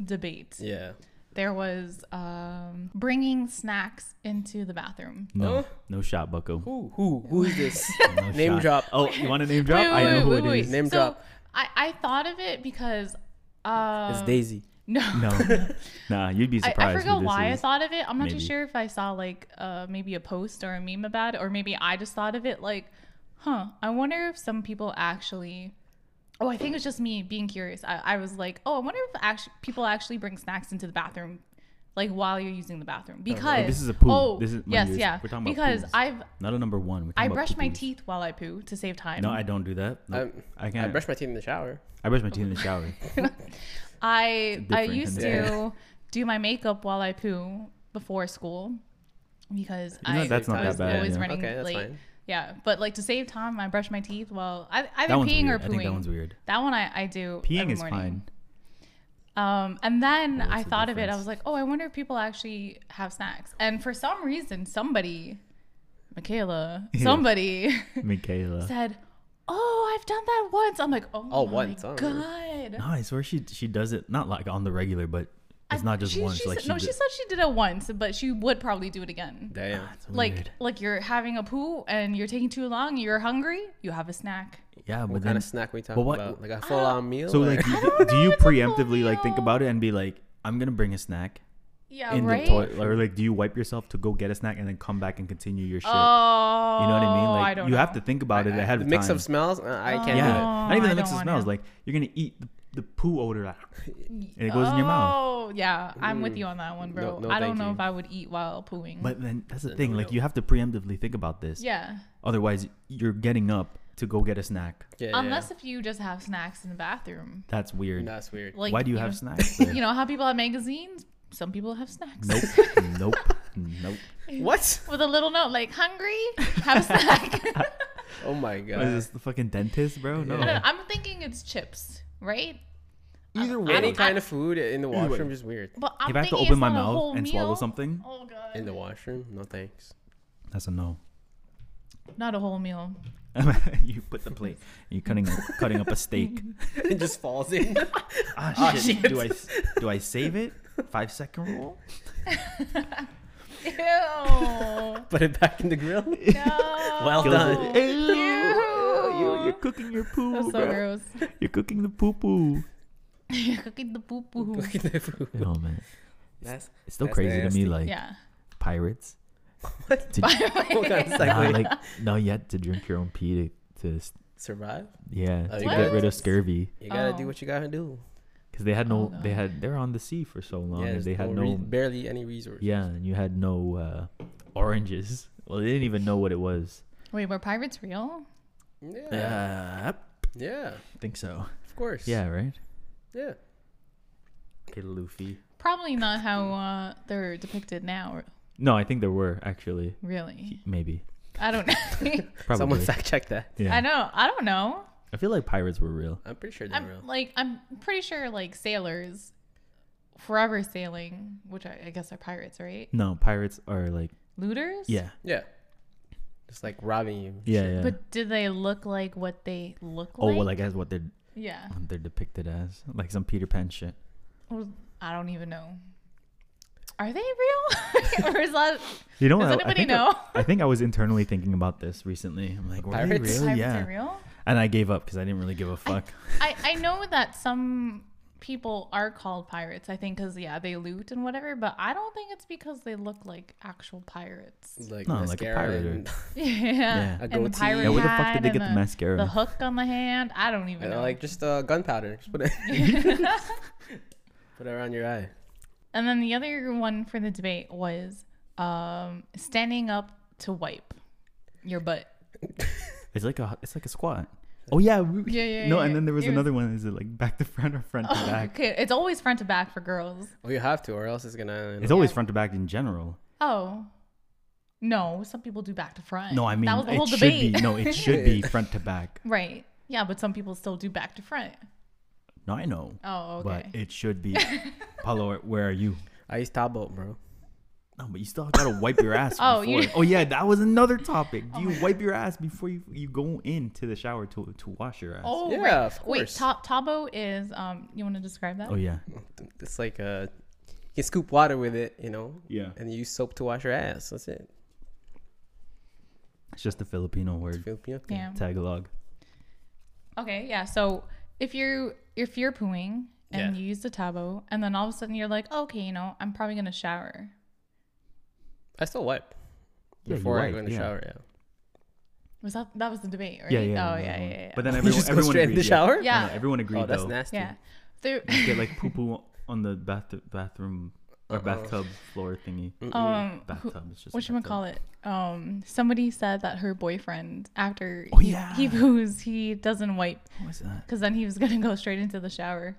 Speaker 2: debate.
Speaker 1: yeah.
Speaker 2: There was um bringing snacks into the bathroom.
Speaker 3: No,
Speaker 1: Huh?
Speaker 3: no shot, Bucko.
Speaker 1: uh? Who? Who? Who is this?
Speaker 3: No
Speaker 1: Name
Speaker 3: shot.
Speaker 1: drop.
Speaker 3: Oh, you want a name drop?
Speaker 2: Wait,
Speaker 3: I know
Speaker 2: wait,
Speaker 3: who
Speaker 2: wait,
Speaker 3: it
Speaker 2: wait,
Speaker 3: is.
Speaker 1: Name
Speaker 2: so
Speaker 1: drop.
Speaker 2: I I thought of it because um,
Speaker 1: it's Daisy.
Speaker 2: no
Speaker 3: No, nah, you'd be
Speaker 2: I,
Speaker 3: surprised.
Speaker 2: I
Speaker 3: who
Speaker 2: forgot
Speaker 3: this
Speaker 2: why I
Speaker 3: is.
Speaker 2: thought of it. I'm not too
Speaker 3: Maybe.
Speaker 2: sure if I saw like uh, maybe a post or a meme about it, or maybe I just thought of it like, huh, I wonder if some people actually. Oh, I think it was just me being curious. I, I was like, oh, I wonder if actually, people actually bring snacks into the bathroom, like while you're using the bathroom. Because
Speaker 3: oh, This is a poo.
Speaker 2: Oh,
Speaker 3: This is- mind
Speaker 2: yes,
Speaker 3: you, this-
Speaker 2: yeah.
Speaker 3: we're talking about
Speaker 2: because
Speaker 3: poos.
Speaker 2: I've
Speaker 3: Not a number one. We're talking
Speaker 2: I
Speaker 3: about
Speaker 2: brush my
Speaker 3: poo-poos.
Speaker 2: teeth while I poo to save time.
Speaker 3: No, I don't do that. Nope.
Speaker 1: Um,
Speaker 3: Oh, I
Speaker 1: I
Speaker 3: can't.
Speaker 1: brush my teeth in the shower.
Speaker 3: I brush my teeth in the shower.
Speaker 2: I I
Speaker 3: Different
Speaker 2: used
Speaker 3: than
Speaker 2: to do my makeup while I poo before school because
Speaker 3: know,
Speaker 2: I
Speaker 3: that's not
Speaker 2: was
Speaker 3: that bad,
Speaker 2: always
Speaker 3: yeah.
Speaker 2: running
Speaker 1: Okay, that's
Speaker 2: late.
Speaker 1: fine.
Speaker 2: Yeah, but like to save time, I brush my teeth while I, either
Speaker 3: That one's
Speaker 2: peeing
Speaker 3: weird.
Speaker 2: or
Speaker 3: I
Speaker 2: pooing.
Speaker 3: think that one's weird.
Speaker 2: That one I, I do.
Speaker 3: Peeing
Speaker 2: every
Speaker 3: is
Speaker 2: morning.
Speaker 3: fine.
Speaker 2: Um, and then
Speaker 3: Well,
Speaker 2: I
Speaker 3: what's the
Speaker 2: thought of it. I
Speaker 3: difference?
Speaker 2: was like, oh, I wonder if people actually have snacks. And for some reason, somebody, Michaela, somebody
Speaker 3: Michaela.
Speaker 2: said, oh, I've done that once. I'm like, oh,
Speaker 1: Oh,
Speaker 2: my
Speaker 1: once, oh.
Speaker 2: god.
Speaker 3: No, I swear she she does it not like on the regular, but it's
Speaker 2: I-
Speaker 3: not just
Speaker 2: she-
Speaker 3: once.
Speaker 2: she
Speaker 3: like
Speaker 2: said- no,
Speaker 3: d-
Speaker 2: she said she did it once, but she would probably do it again.
Speaker 1: Damn.
Speaker 3: Ah, It's
Speaker 2: like,
Speaker 3: weird.
Speaker 2: like you're having a poo and you're taking too long. You're hungry. You have a snack.
Speaker 3: yeah, but
Speaker 1: What
Speaker 3: then
Speaker 1: kind of snack we talking
Speaker 3: but what-
Speaker 1: about? Like a full on meal?
Speaker 3: so
Speaker 1: or-
Speaker 3: like you- do
Speaker 2: know,
Speaker 3: you
Speaker 2: it's a full
Speaker 3: preemptively like think
Speaker 2: meal.
Speaker 3: about it and be like, I'm gonna bring a snack
Speaker 2: Yeah,
Speaker 3: in
Speaker 2: right.
Speaker 3: the toilet, or like do you wipe yourself to go get a snack and then come back and continue your shit?
Speaker 2: Oh,
Speaker 3: you know what I mean? Like
Speaker 2: I don't
Speaker 3: you have
Speaker 2: know.
Speaker 3: to think about it
Speaker 1: I-
Speaker 3: ahead
Speaker 1: the
Speaker 3: of
Speaker 1: mix
Speaker 3: time.
Speaker 1: of smells. Uh, I
Speaker 2: Oh,
Speaker 1: can't
Speaker 3: yeah,
Speaker 1: do it.
Speaker 3: not even
Speaker 2: I
Speaker 3: the mix
Speaker 2: don't
Speaker 3: of
Speaker 2: wanna.
Speaker 3: smells. Like you're gonna eat the, the poo odor, like, and it goes in your mouth.
Speaker 2: Oh, yeah, I'm with you on that one, bro.
Speaker 1: Mm. no,
Speaker 2: I don't
Speaker 1: thank
Speaker 2: know
Speaker 1: you.
Speaker 2: if I would eat while pooing.
Speaker 3: But then that's the thing. Like
Speaker 1: no.
Speaker 3: you have to preemptively think about this.
Speaker 2: yeah.
Speaker 3: Otherwise, you're getting up to go get a snack.
Speaker 1: Yeah,
Speaker 2: unless if you just have snacks in the bathroom.
Speaker 3: That's weird.
Speaker 1: yeah. that's weird.
Speaker 2: Like
Speaker 3: Why do you, have snacks?
Speaker 2: Know,
Speaker 3: there?
Speaker 2: you know how people have magazines. Some people have snacks
Speaker 3: Nope. nope. Nope.
Speaker 1: What?
Speaker 2: with a little note like "hungry, have a snack."
Speaker 1: Oh my
Speaker 3: What is
Speaker 1: god.
Speaker 3: this the fucking dentist, bro? No.
Speaker 2: I don't know. I'm thinking it's chips, right?
Speaker 3: Either way,
Speaker 1: Any
Speaker 3: if
Speaker 1: kind of food in the
Speaker 3: Anyway.
Speaker 1: washroom is weird.
Speaker 2: But I'm
Speaker 3: I have to
Speaker 2: thinking
Speaker 3: open
Speaker 2: it's
Speaker 3: my
Speaker 2: not a whole
Speaker 3: mouth and swallow
Speaker 2: meal.
Speaker 3: something,
Speaker 2: Oh
Speaker 1: In
Speaker 2: god,
Speaker 1: the washroom? No thanks.
Speaker 3: that's a no.
Speaker 2: not a whole meal.
Speaker 3: you put the plate. You're cutting cutting up a steak.
Speaker 1: It just falls in.
Speaker 3: Ah, shit. Do I s- do I save it? Five second rule.
Speaker 2: Ew. no.
Speaker 1: Put it back in the grill. Well
Speaker 3: Kills
Speaker 1: done.
Speaker 3: it. Ew.
Speaker 2: Ew.
Speaker 3: You, you're cooking your poo,
Speaker 2: That's so
Speaker 3: bro.
Speaker 2: gross.
Speaker 3: You're cooking the poo poo.
Speaker 2: You're cooking the poo poo.
Speaker 1: Look at the food.
Speaker 3: Oh man,
Speaker 1: That's
Speaker 3: it's still
Speaker 1: That's
Speaker 3: crazy to me.
Speaker 1: nasty.
Speaker 3: Like
Speaker 2: Yeah.
Speaker 3: pirates To,
Speaker 1: What kind of
Speaker 3: nah,
Speaker 1: segue?
Speaker 3: like no, you had to drink your own pee to, to s-
Speaker 1: Survive.
Speaker 3: yeah
Speaker 1: Oh,
Speaker 3: to
Speaker 1: you
Speaker 3: get rid
Speaker 2: gotta-
Speaker 3: of scurvy
Speaker 1: You gotta do
Speaker 2: Oh.
Speaker 1: what you gotta do.
Speaker 3: because they had
Speaker 2: Oh,
Speaker 3: no they
Speaker 2: no.
Speaker 3: had they're on the sea for so long and
Speaker 1: there's
Speaker 3: they had
Speaker 1: no re-
Speaker 3: no
Speaker 1: barely any resources.
Speaker 3: yeah and you had no uh, oranges. Well, they didn't even know what it was.
Speaker 2: Wait, were pirates real?
Speaker 1: Yeah.
Speaker 3: Yeah,
Speaker 1: Yeah.
Speaker 3: I think so.
Speaker 1: Of course.
Speaker 3: Yeah, right.
Speaker 1: Yeah.
Speaker 3: Okay, Luffy.
Speaker 2: Probably not how uh, they're depicted now,
Speaker 3: No, I think there were actually
Speaker 2: really.
Speaker 3: maybe
Speaker 2: I don't know.
Speaker 3: probably.
Speaker 1: Someone fact check that.
Speaker 3: yeah,
Speaker 2: I know. I don't know.
Speaker 3: I feel like pirates were real.
Speaker 1: I'm pretty sure they're
Speaker 2: I'm
Speaker 1: real.
Speaker 2: like I'm pretty sure like sailors, forever sailing, which I, I guess are pirates, right?
Speaker 3: No, pirates are like
Speaker 2: Looters.
Speaker 3: yeah,
Speaker 1: Yeah. Just like robbing you.
Speaker 3: yeah, yeah.
Speaker 2: But do they look like what they look
Speaker 3: oh,
Speaker 2: like?
Speaker 3: well, like as what they're
Speaker 2: yeah.
Speaker 3: what they're depicted as, like some Peter Pan shit.
Speaker 2: Well, I don't even know. Are they real? or is that?
Speaker 3: You know,
Speaker 2: Does
Speaker 3: I- I,
Speaker 2: anybody
Speaker 3: think
Speaker 2: know?
Speaker 3: I, I think I was internally thinking about this recently. I'm like, were
Speaker 1: Pirates?
Speaker 3: they real?
Speaker 2: Pirates
Speaker 3: Oh, Yeah,
Speaker 2: are real.
Speaker 3: and I gave up because I didn't really give a fuck.
Speaker 2: I I know that some people are called pirates. I think because yeah, they loot and whatever. But I don't think it's because they look like actual pirates.
Speaker 1: Like
Speaker 3: No, like a
Speaker 1: mascara
Speaker 3: pirate or-
Speaker 1: and,
Speaker 2: Yeah.
Speaker 3: Yeah. A
Speaker 2: And the
Speaker 1: goatee.
Speaker 2: pirate
Speaker 3: yeah, where the fuck
Speaker 2: hat
Speaker 3: did they get the
Speaker 2: and
Speaker 3: mascara?
Speaker 2: The hook on the hand. I don't even
Speaker 1: and
Speaker 2: know.
Speaker 1: like just uh, gunpowder. Just put it put it around your eye.
Speaker 2: and then the other one for the debate was um, standing up to wipe your butt.
Speaker 3: It's like a it's like a squat. Oh yeah, we-
Speaker 2: Yeah, yeah,
Speaker 3: No,
Speaker 2: yeah,
Speaker 3: and
Speaker 2: yeah.
Speaker 3: then there was
Speaker 2: It was-
Speaker 3: another one. Is it like back to front or front to back?
Speaker 2: Okay, it's always front to back for girls.
Speaker 1: Well you have to or else it's gonna
Speaker 3: It's always front to back in general.
Speaker 2: Oh. No, some people do back to front.
Speaker 3: No, I mean
Speaker 2: Uh, that was the
Speaker 3: it
Speaker 2: whole
Speaker 3: should
Speaker 2: debate.
Speaker 3: be no, it should be front to back.
Speaker 2: right. Yeah, but some people still do back to front.
Speaker 3: No, I know,
Speaker 2: Oh, okay.
Speaker 3: but it should be. Paulo, where are you?
Speaker 1: I use top boat, bro.
Speaker 3: No, but you still gotta wipe your ass.
Speaker 2: Oh,
Speaker 3: before.
Speaker 2: you- Oh
Speaker 3: oh yeah, that was another topic. Do you wipe your ass before you, you go into the shower to to wash your ass?
Speaker 2: oh,
Speaker 1: Yeah,
Speaker 2: right.
Speaker 1: of
Speaker 2: Wait,
Speaker 1: course.
Speaker 2: ta- tabo is um you want to describe that?
Speaker 3: Oh, yeah,
Speaker 1: It's like uh you can scoop water with it, you know.
Speaker 3: Yeah.
Speaker 1: And you use soap to wash your ass. That's it.
Speaker 3: it's just a Filipino word.
Speaker 1: Filipino thing.
Speaker 2: yeah.
Speaker 3: Tagalog.
Speaker 2: Okay, yeah. So if you're if you're pooing
Speaker 1: Yeah.
Speaker 2: and you use the tabo, and then all of a sudden you're like, okay, you know, I'm probably gonna shower.
Speaker 1: I still wipe.
Speaker 3: Yeah, you
Speaker 1: Before I
Speaker 3: wipe,
Speaker 1: go in the
Speaker 3: yeah.
Speaker 1: shower, yeah.
Speaker 2: Was that that was the debate, right?
Speaker 3: Yeah, yeah.
Speaker 2: oh
Speaker 3: no,
Speaker 2: yeah,
Speaker 3: no.
Speaker 2: yeah, yeah.
Speaker 3: But then
Speaker 1: You
Speaker 3: everyone,
Speaker 1: just go
Speaker 3: everyone
Speaker 1: straight
Speaker 3: agreed.
Speaker 1: in the
Speaker 3: yeah.
Speaker 1: shower?
Speaker 2: Yeah.
Speaker 3: No, no, everyone agreed
Speaker 1: Oh, that's
Speaker 3: though.
Speaker 1: nasty.
Speaker 2: yeah. There,
Speaker 3: You get like poo poo on the bath bathroom or bathtub floor thingy.
Speaker 2: um,
Speaker 3: bathtub. It's just a
Speaker 2: what you
Speaker 3: bathtub.
Speaker 2: call it? Um, somebody said that her boyfriend, after
Speaker 3: Oh,
Speaker 2: he,
Speaker 3: yeah.
Speaker 2: he poos, he doesn't wipe
Speaker 3: What was that?
Speaker 2: because then he was gonna go straight into the shower.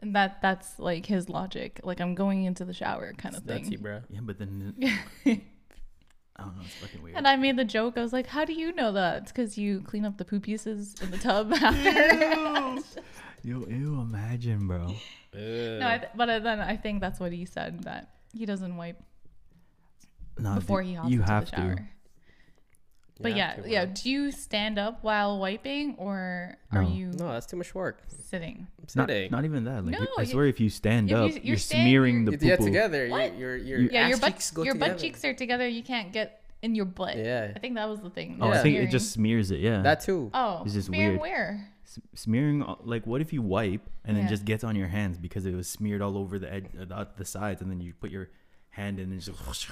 Speaker 2: And that that's like his logic, like I'm going into the shower kind of
Speaker 1: That's
Speaker 2: thing.
Speaker 1: you, bro.
Speaker 3: Yeah, but then I don't know. It's fucking weird.
Speaker 2: And I made the joke. I was like, "How do you know that? It's because you clean up the poo pieces in the tub after."
Speaker 3: Yo, ew, imagine, bro.
Speaker 2: no, I th- but then I think that's what he said that he doesn't wipe
Speaker 3: No,
Speaker 2: before he
Speaker 3: dude,
Speaker 2: hops
Speaker 3: Uh, you
Speaker 2: into
Speaker 3: have
Speaker 2: the shower.
Speaker 3: to.
Speaker 2: But
Speaker 1: have
Speaker 2: yeah,
Speaker 1: to, bro.
Speaker 2: yeah. Do you stand up while wiping, or are
Speaker 3: No.
Speaker 2: you
Speaker 1: No, that's too much work.
Speaker 2: sitting?
Speaker 1: It's
Speaker 3: Not,
Speaker 1: headache.
Speaker 3: not even that. Like,
Speaker 2: No,
Speaker 3: I
Speaker 2: you-
Speaker 3: swear, if you stand
Speaker 2: if you-
Speaker 3: up,
Speaker 2: you're
Speaker 3: you're
Speaker 2: standing,
Speaker 3: smearing the
Speaker 2: you're-
Speaker 3: poo.
Speaker 1: yeah, together.
Speaker 2: What?
Speaker 1: Your your, your
Speaker 2: Yeah, your
Speaker 1: ass cheeks
Speaker 2: butt,
Speaker 1: go
Speaker 2: your
Speaker 1: together.
Speaker 2: butt cheeks are together. You can't get in your butt.
Speaker 1: Yeah.
Speaker 2: I think that was the thing.
Speaker 3: Oh,
Speaker 1: Yeah.
Speaker 3: I think
Speaker 2: Smearing.
Speaker 3: it just smears it. Yeah.
Speaker 1: That too.
Speaker 2: Oh,
Speaker 3: It's just
Speaker 2: smearing
Speaker 3: weird.
Speaker 2: where?
Speaker 3: S- smearing all- like what if you wipe and then
Speaker 2: Yeah.
Speaker 3: just gets on your hands because it was smeared all over the edge, uh, the, the sides, and then you put your hand in and just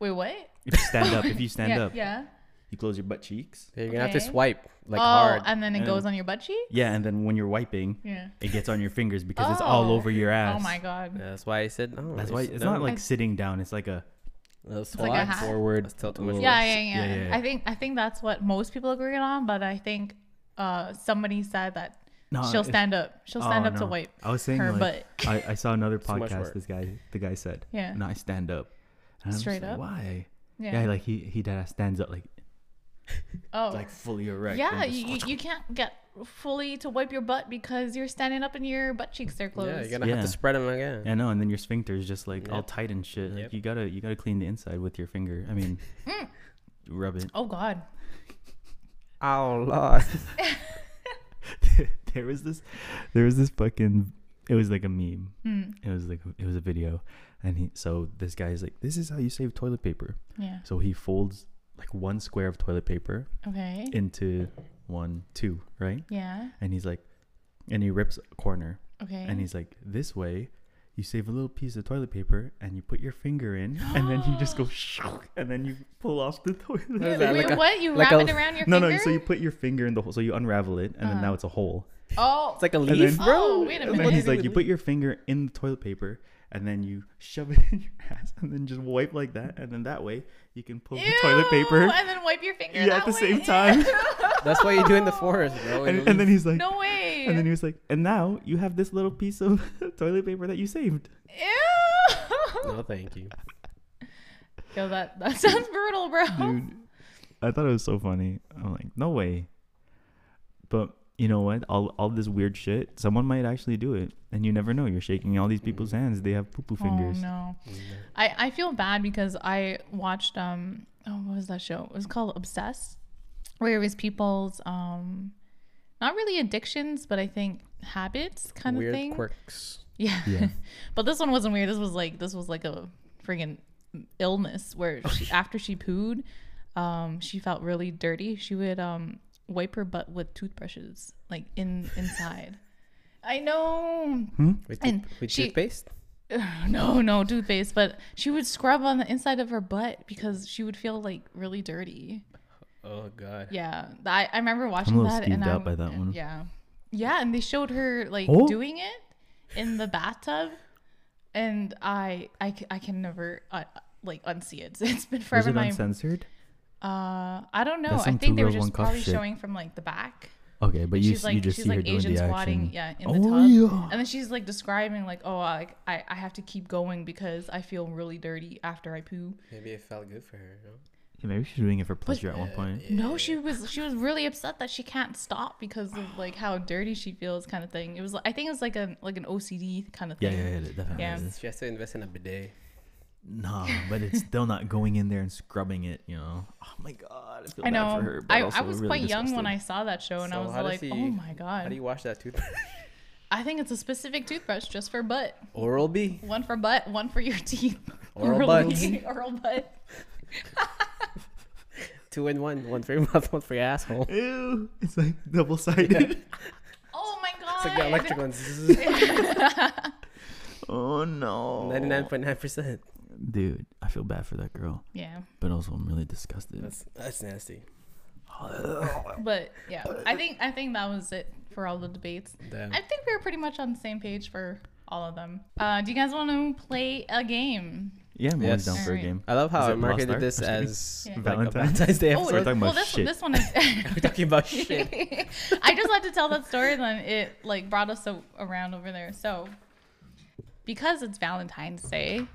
Speaker 2: Wait, what?
Speaker 3: if you stand up, if you stand
Speaker 2: yeah,
Speaker 3: up,
Speaker 2: yeah.
Speaker 3: you close your butt cheeks.
Speaker 1: You're gonna have to
Speaker 2: Okay.
Speaker 1: swipe like
Speaker 2: oh,
Speaker 1: hard.
Speaker 2: and then it
Speaker 3: And-
Speaker 2: goes on your butt cheek.
Speaker 3: Yeah, and then when you're wiping,
Speaker 2: Yeah.
Speaker 3: it gets on your fingers because it's all
Speaker 2: Oh.
Speaker 3: over your ass.
Speaker 2: Oh my god.
Speaker 1: Yeah, that's why I said no.
Speaker 3: That's why
Speaker 1: It's-
Speaker 3: it's
Speaker 1: no.
Speaker 3: not like
Speaker 2: I-
Speaker 3: sitting down. It's like a
Speaker 1: That's
Speaker 2: It's like a
Speaker 1: why.
Speaker 2: hat.
Speaker 3: forward.
Speaker 1: That's still too much
Speaker 3: little-
Speaker 2: Yeah, yeah, yeah,
Speaker 3: yeah, yeah.
Speaker 2: I think I think that's what most people agree on, but I think uh, somebody said that
Speaker 3: No,
Speaker 2: she'll
Speaker 3: it's-
Speaker 2: stand up. She'll stand
Speaker 3: Uh, oh,
Speaker 2: up to
Speaker 3: no.
Speaker 2: wipe.
Speaker 3: I was saying
Speaker 2: her
Speaker 3: like,
Speaker 2: butt.
Speaker 3: I, I saw another
Speaker 1: too much
Speaker 3: podcast.
Speaker 1: work.
Speaker 3: This guy, the guy said,
Speaker 2: Yeah.
Speaker 3: and I stand up. And I'm just
Speaker 2: Straight
Speaker 3: like,
Speaker 2: up?
Speaker 3: Why?
Speaker 2: Yeah.
Speaker 3: Yeah. like he he that stands up like
Speaker 2: oh.
Speaker 3: like fully erect.
Speaker 2: yeah,
Speaker 3: and just-
Speaker 2: you, you- you can't get fully to wipe your butt because you're standing up and your butt cheeks are
Speaker 1: Yeah,
Speaker 2: closed.
Speaker 1: you're gonna have
Speaker 3: Yeah.
Speaker 1: to spread them again.
Speaker 3: I know, and then your sphincter is just like all
Speaker 1: Yep.
Speaker 3: tight and shit. Like
Speaker 1: Yep.
Speaker 3: you gotta you gotta clean the inside with your finger. I mean,
Speaker 2: Mm.
Speaker 3: rub it.
Speaker 2: Oh god.
Speaker 1: Oh lord.
Speaker 3: there was this there was this fucking it was like a meme
Speaker 2: Hmm.
Speaker 3: it was like it was a video and he so this guy is like this is how you save toilet paper
Speaker 2: Yeah.
Speaker 3: so he folds like one square of toilet paper
Speaker 2: Okay.
Speaker 3: into one two right
Speaker 2: yeah.
Speaker 3: and he's like and he rips a corner
Speaker 2: Okay.
Speaker 3: and he's like this way you save a little piece of toilet paper and you put your finger in, and then you just go, and then you pull off the toilet.
Speaker 1: Is that
Speaker 2: Wait,
Speaker 1: like a-
Speaker 2: what? You
Speaker 1: like
Speaker 2: wrap
Speaker 1: a-
Speaker 2: it around your
Speaker 3: No,
Speaker 2: finger? Uh-huh.
Speaker 3: no. So you put your finger in the hole, so you unravel it, and then now it's a hole.
Speaker 2: oh,
Speaker 1: It's like a
Speaker 3: then-
Speaker 1: leaf, bro.
Speaker 2: Oh, wait a
Speaker 1: That's
Speaker 3: And
Speaker 1: what
Speaker 3: then
Speaker 2: minute.
Speaker 1: they
Speaker 3: he's
Speaker 1: do
Speaker 3: like,
Speaker 1: with
Speaker 3: you
Speaker 1: leaves.
Speaker 3: put your finger in the toilet paper, and then you shove it in your ass, and then just wipe like that, and then that way you can pull the toilet
Speaker 2: Ew,
Speaker 3: paper.
Speaker 2: and then wipe your finger.
Speaker 3: Yeah,
Speaker 2: that
Speaker 3: at the
Speaker 2: way.
Speaker 3: same time.
Speaker 1: That's what you do in the forest, bro.
Speaker 3: Oh, and, and then he's like,
Speaker 2: No way.
Speaker 3: and then he was like, and now you have this little piece of toilet paper that you saved.
Speaker 2: Ew.
Speaker 1: no, thank you.
Speaker 2: Yo, that that sounds brutal, bro.
Speaker 3: dude. I thought it was so funny. I'm like, no way. But you know what? All all this weird shit. Someone might actually do it, and you never know. You're shaking all these people's hands. They have poo poo fingers.
Speaker 2: Oh no. I I feel bad because I watched um oh what was that show? It was called Obsessed, where it was people's um not really addictions, but I think habits kind
Speaker 1: Weird
Speaker 2: of thing.
Speaker 1: quirks.
Speaker 2: Yeah.
Speaker 3: Yeah.
Speaker 2: but this one wasn't weird. This was like this was like a friggin' illness where she, after she pooed, um, she felt really dirty. She would um wipe her butt with toothbrushes, like in inside. I know.
Speaker 1: With,
Speaker 2: And
Speaker 1: tooth- with
Speaker 2: she-
Speaker 1: toothpaste?
Speaker 2: No, no toothpaste, but she would scrub on the inside of her butt because she would feel like really dirty.
Speaker 1: Oh, God.
Speaker 2: Yeah, I, I remember watching
Speaker 3: I'm a little
Speaker 2: that and
Speaker 3: skeeved out
Speaker 2: I'm,
Speaker 3: by that one.
Speaker 2: Yeah, yeah, and they showed her like
Speaker 3: Oh.
Speaker 2: doing it in the bathtub, and I I, c- I can never uh, like unsee it. It's been
Speaker 3: Was
Speaker 2: forever in
Speaker 3: it
Speaker 2: my
Speaker 3: uncensored?
Speaker 2: uh I don't know.
Speaker 3: That's
Speaker 2: I
Speaker 3: some
Speaker 2: think they were
Speaker 3: two-girl,
Speaker 2: just
Speaker 3: one-cup
Speaker 2: probably
Speaker 3: shit.
Speaker 2: showing from like the back.
Speaker 3: Okay, but you
Speaker 2: she's
Speaker 3: s-
Speaker 2: like
Speaker 3: you just
Speaker 2: she's
Speaker 3: see
Speaker 2: like
Speaker 3: her doing
Speaker 2: Asian
Speaker 3: the
Speaker 2: squatting,
Speaker 3: action.
Speaker 2: yeah, in the
Speaker 3: Oh,
Speaker 2: tub.
Speaker 3: yeah.
Speaker 2: And then she's like describing like, oh, like I I have to keep going because I feel really dirty after I poo.
Speaker 1: Maybe it felt good for her. No?
Speaker 3: Yeah, maybe she's doing it for pleasure at one point.
Speaker 2: No, she was she was really upset that she can't stop because of like how dirty she feels, kind of thing. It was I think it was like an like an OCD kind of
Speaker 3: Yeah,
Speaker 2: thing.
Speaker 3: yeah, yeah, definitely.
Speaker 2: Yeah.
Speaker 3: is.
Speaker 1: She has to invest in a bidet.
Speaker 3: Nah, but it's still not going in there and scrubbing it. You know. Oh my god, I feel
Speaker 2: I
Speaker 3: bad
Speaker 2: know.
Speaker 3: for her. but
Speaker 2: I, I
Speaker 3: also
Speaker 2: was
Speaker 3: really
Speaker 2: quite young when
Speaker 3: disgusted.
Speaker 2: I saw that show, and I
Speaker 1: So
Speaker 2: was
Speaker 1: how does
Speaker 2: like,
Speaker 1: he-
Speaker 2: oh my
Speaker 1: How
Speaker 2: god.
Speaker 1: do you wash that toothpaste?
Speaker 2: I think it's a specific toothbrush just for butt.
Speaker 1: Oral B.
Speaker 2: One for butt, one for your teeth.
Speaker 1: Oral
Speaker 2: Orally- Oral butt.
Speaker 1: Two in one. One for your mouth, one for your asshole.
Speaker 3: Ew, it's like double sided.
Speaker 2: Oh my god.
Speaker 1: It's like the electric one.
Speaker 3: oh no.
Speaker 1: 99.9%.
Speaker 3: Dude, I feel bad for that girl,
Speaker 2: Yeah,
Speaker 3: but also I'm really disgusted.
Speaker 1: That's, that's nasty.
Speaker 2: but yeah, I think I think that was it for all the debates.
Speaker 1: Damn.
Speaker 2: I think we were pretty much on the same page for all of them. Uh, do you guys want to play a game?
Speaker 3: yeah, I'm
Speaker 1: Yes.
Speaker 3: always
Speaker 1: Uh,
Speaker 3: down for a
Speaker 2: Alright.
Speaker 3: game.
Speaker 1: I love how
Speaker 3: Is
Speaker 1: I
Speaker 3: it Lost
Speaker 1: marketed
Speaker 3: Ark?
Speaker 1: this
Speaker 3: Just kidding.
Speaker 1: as
Speaker 2: Yeah.
Speaker 1: like a
Speaker 3: Valentine's?
Speaker 1: Valentine's Day
Speaker 2: Oh,
Speaker 1: episode.
Speaker 3: talking
Speaker 2: well,
Speaker 3: about
Speaker 2: this
Speaker 3: shit.
Speaker 2: this one is.
Speaker 1: We're talking about shit.
Speaker 2: I just had to tell that story, then it like brought us a- around over there. So, because it's Valentine's Day,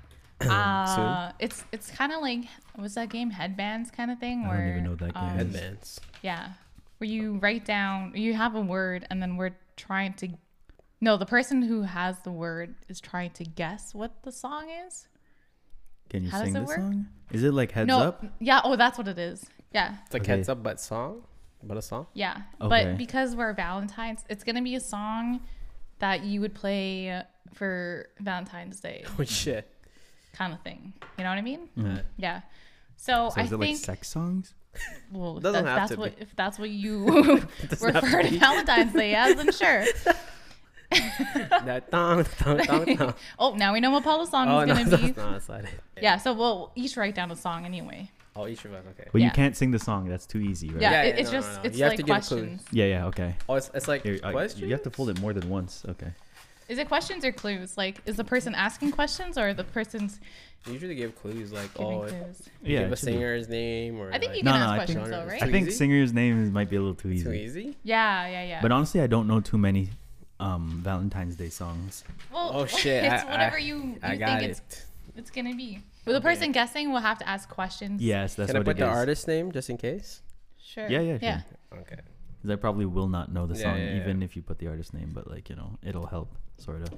Speaker 2: uh, it's it's kind of like what's that game Headbands kind of thing,
Speaker 3: I
Speaker 2: where
Speaker 3: don't even know that game.
Speaker 2: um,
Speaker 3: is.
Speaker 1: Headbands.
Speaker 2: yeah, where you write down you have a word, and then we're trying to. No, the person who has the word is trying to guess what the song is.
Speaker 3: Can you
Speaker 2: how does
Speaker 3: sing
Speaker 2: it
Speaker 3: this
Speaker 2: work?
Speaker 3: song? Is it like heads
Speaker 2: no,
Speaker 3: up?
Speaker 2: yeah, oh, that's what it is. Yeah,
Speaker 1: It's like
Speaker 3: Okay.
Speaker 1: heads up, but song. But a song.
Speaker 2: Yeah.
Speaker 3: Okay.
Speaker 2: But because we're Valentine's, it's going to be a song that you would play for Valentine's Day
Speaker 1: Oh, shit.
Speaker 2: kind of thing. You know what I mean?
Speaker 1: Uh,
Speaker 2: Yeah. So,
Speaker 3: Mm. So
Speaker 2: I
Speaker 3: is it
Speaker 2: think
Speaker 3: like sex songs?
Speaker 2: well, if
Speaker 1: Doesn't
Speaker 2: that's,
Speaker 1: have
Speaker 2: that's
Speaker 1: to
Speaker 2: what
Speaker 1: be.
Speaker 2: if that's what you
Speaker 1: Doesn't have to
Speaker 2: refer to
Speaker 1: be.
Speaker 2: Valentine's Day as, then sure.
Speaker 1: that thong, thong, thong, thong.
Speaker 2: Oh, now we know what Paula's song
Speaker 1: Oh,
Speaker 2: is
Speaker 1: no,
Speaker 2: going to
Speaker 1: that's
Speaker 2: be.
Speaker 1: not that's not it.
Speaker 2: Yeah. So we'll each write down a song anyway.
Speaker 1: Oh, each of us. Okay.
Speaker 3: Well, you
Speaker 2: Yeah.
Speaker 3: can't sing the song. That's too easy, right?
Speaker 2: Yeah.
Speaker 1: Yeah,
Speaker 2: it-
Speaker 1: yeah,
Speaker 2: it's
Speaker 1: no, no,
Speaker 2: just
Speaker 1: no.
Speaker 2: it's
Speaker 1: You have
Speaker 2: like
Speaker 1: to give a clue.
Speaker 2: questions.
Speaker 3: Yeah, yeah, okay.
Speaker 1: Oh, it's, it's like
Speaker 3: Here, I-
Speaker 1: question.
Speaker 3: you have to fold it more than once. Okay.
Speaker 2: Is it questions or clues? Like, is the person asking questions or the person's
Speaker 1: usually give clues like,
Speaker 2: giving
Speaker 1: oh, if-
Speaker 2: clues?
Speaker 3: Yeah.
Speaker 1: give a
Speaker 3: it should be-
Speaker 1: singer's name or.
Speaker 2: I think
Speaker 1: like,
Speaker 2: you
Speaker 3: No,
Speaker 2: can
Speaker 3: no, I
Speaker 2: ask
Speaker 3: think-
Speaker 2: questions though,
Speaker 1: genres.
Speaker 2: right?
Speaker 3: I think
Speaker 1: easy?
Speaker 3: singer's names might be a little too easy.
Speaker 1: too easy.
Speaker 2: Yeah, yeah, yeah.
Speaker 3: But honestly, I don't know too many um, Valentine's Day songs.
Speaker 2: well,
Speaker 1: Oh shit!
Speaker 2: It's
Speaker 1: I- I-
Speaker 2: whatever you, you
Speaker 1: I
Speaker 2: think
Speaker 1: got
Speaker 2: it's
Speaker 1: it.
Speaker 2: it's gonna be. Well, the person guessing will have to ask questions.
Speaker 3: Yes, that's
Speaker 1: Can I
Speaker 3: what
Speaker 1: put
Speaker 3: it
Speaker 1: the
Speaker 3: is.
Speaker 1: artist name just in case?
Speaker 2: Sure.
Speaker 3: Yeah, yeah,
Speaker 2: Yeah.
Speaker 3: sure.
Speaker 1: Okay.
Speaker 3: 'Cause I probably will not know the
Speaker 1: Yeah,
Speaker 3: song
Speaker 1: yeah, yeah.
Speaker 3: even if you put the artist name, but like you know, it'll help sort of.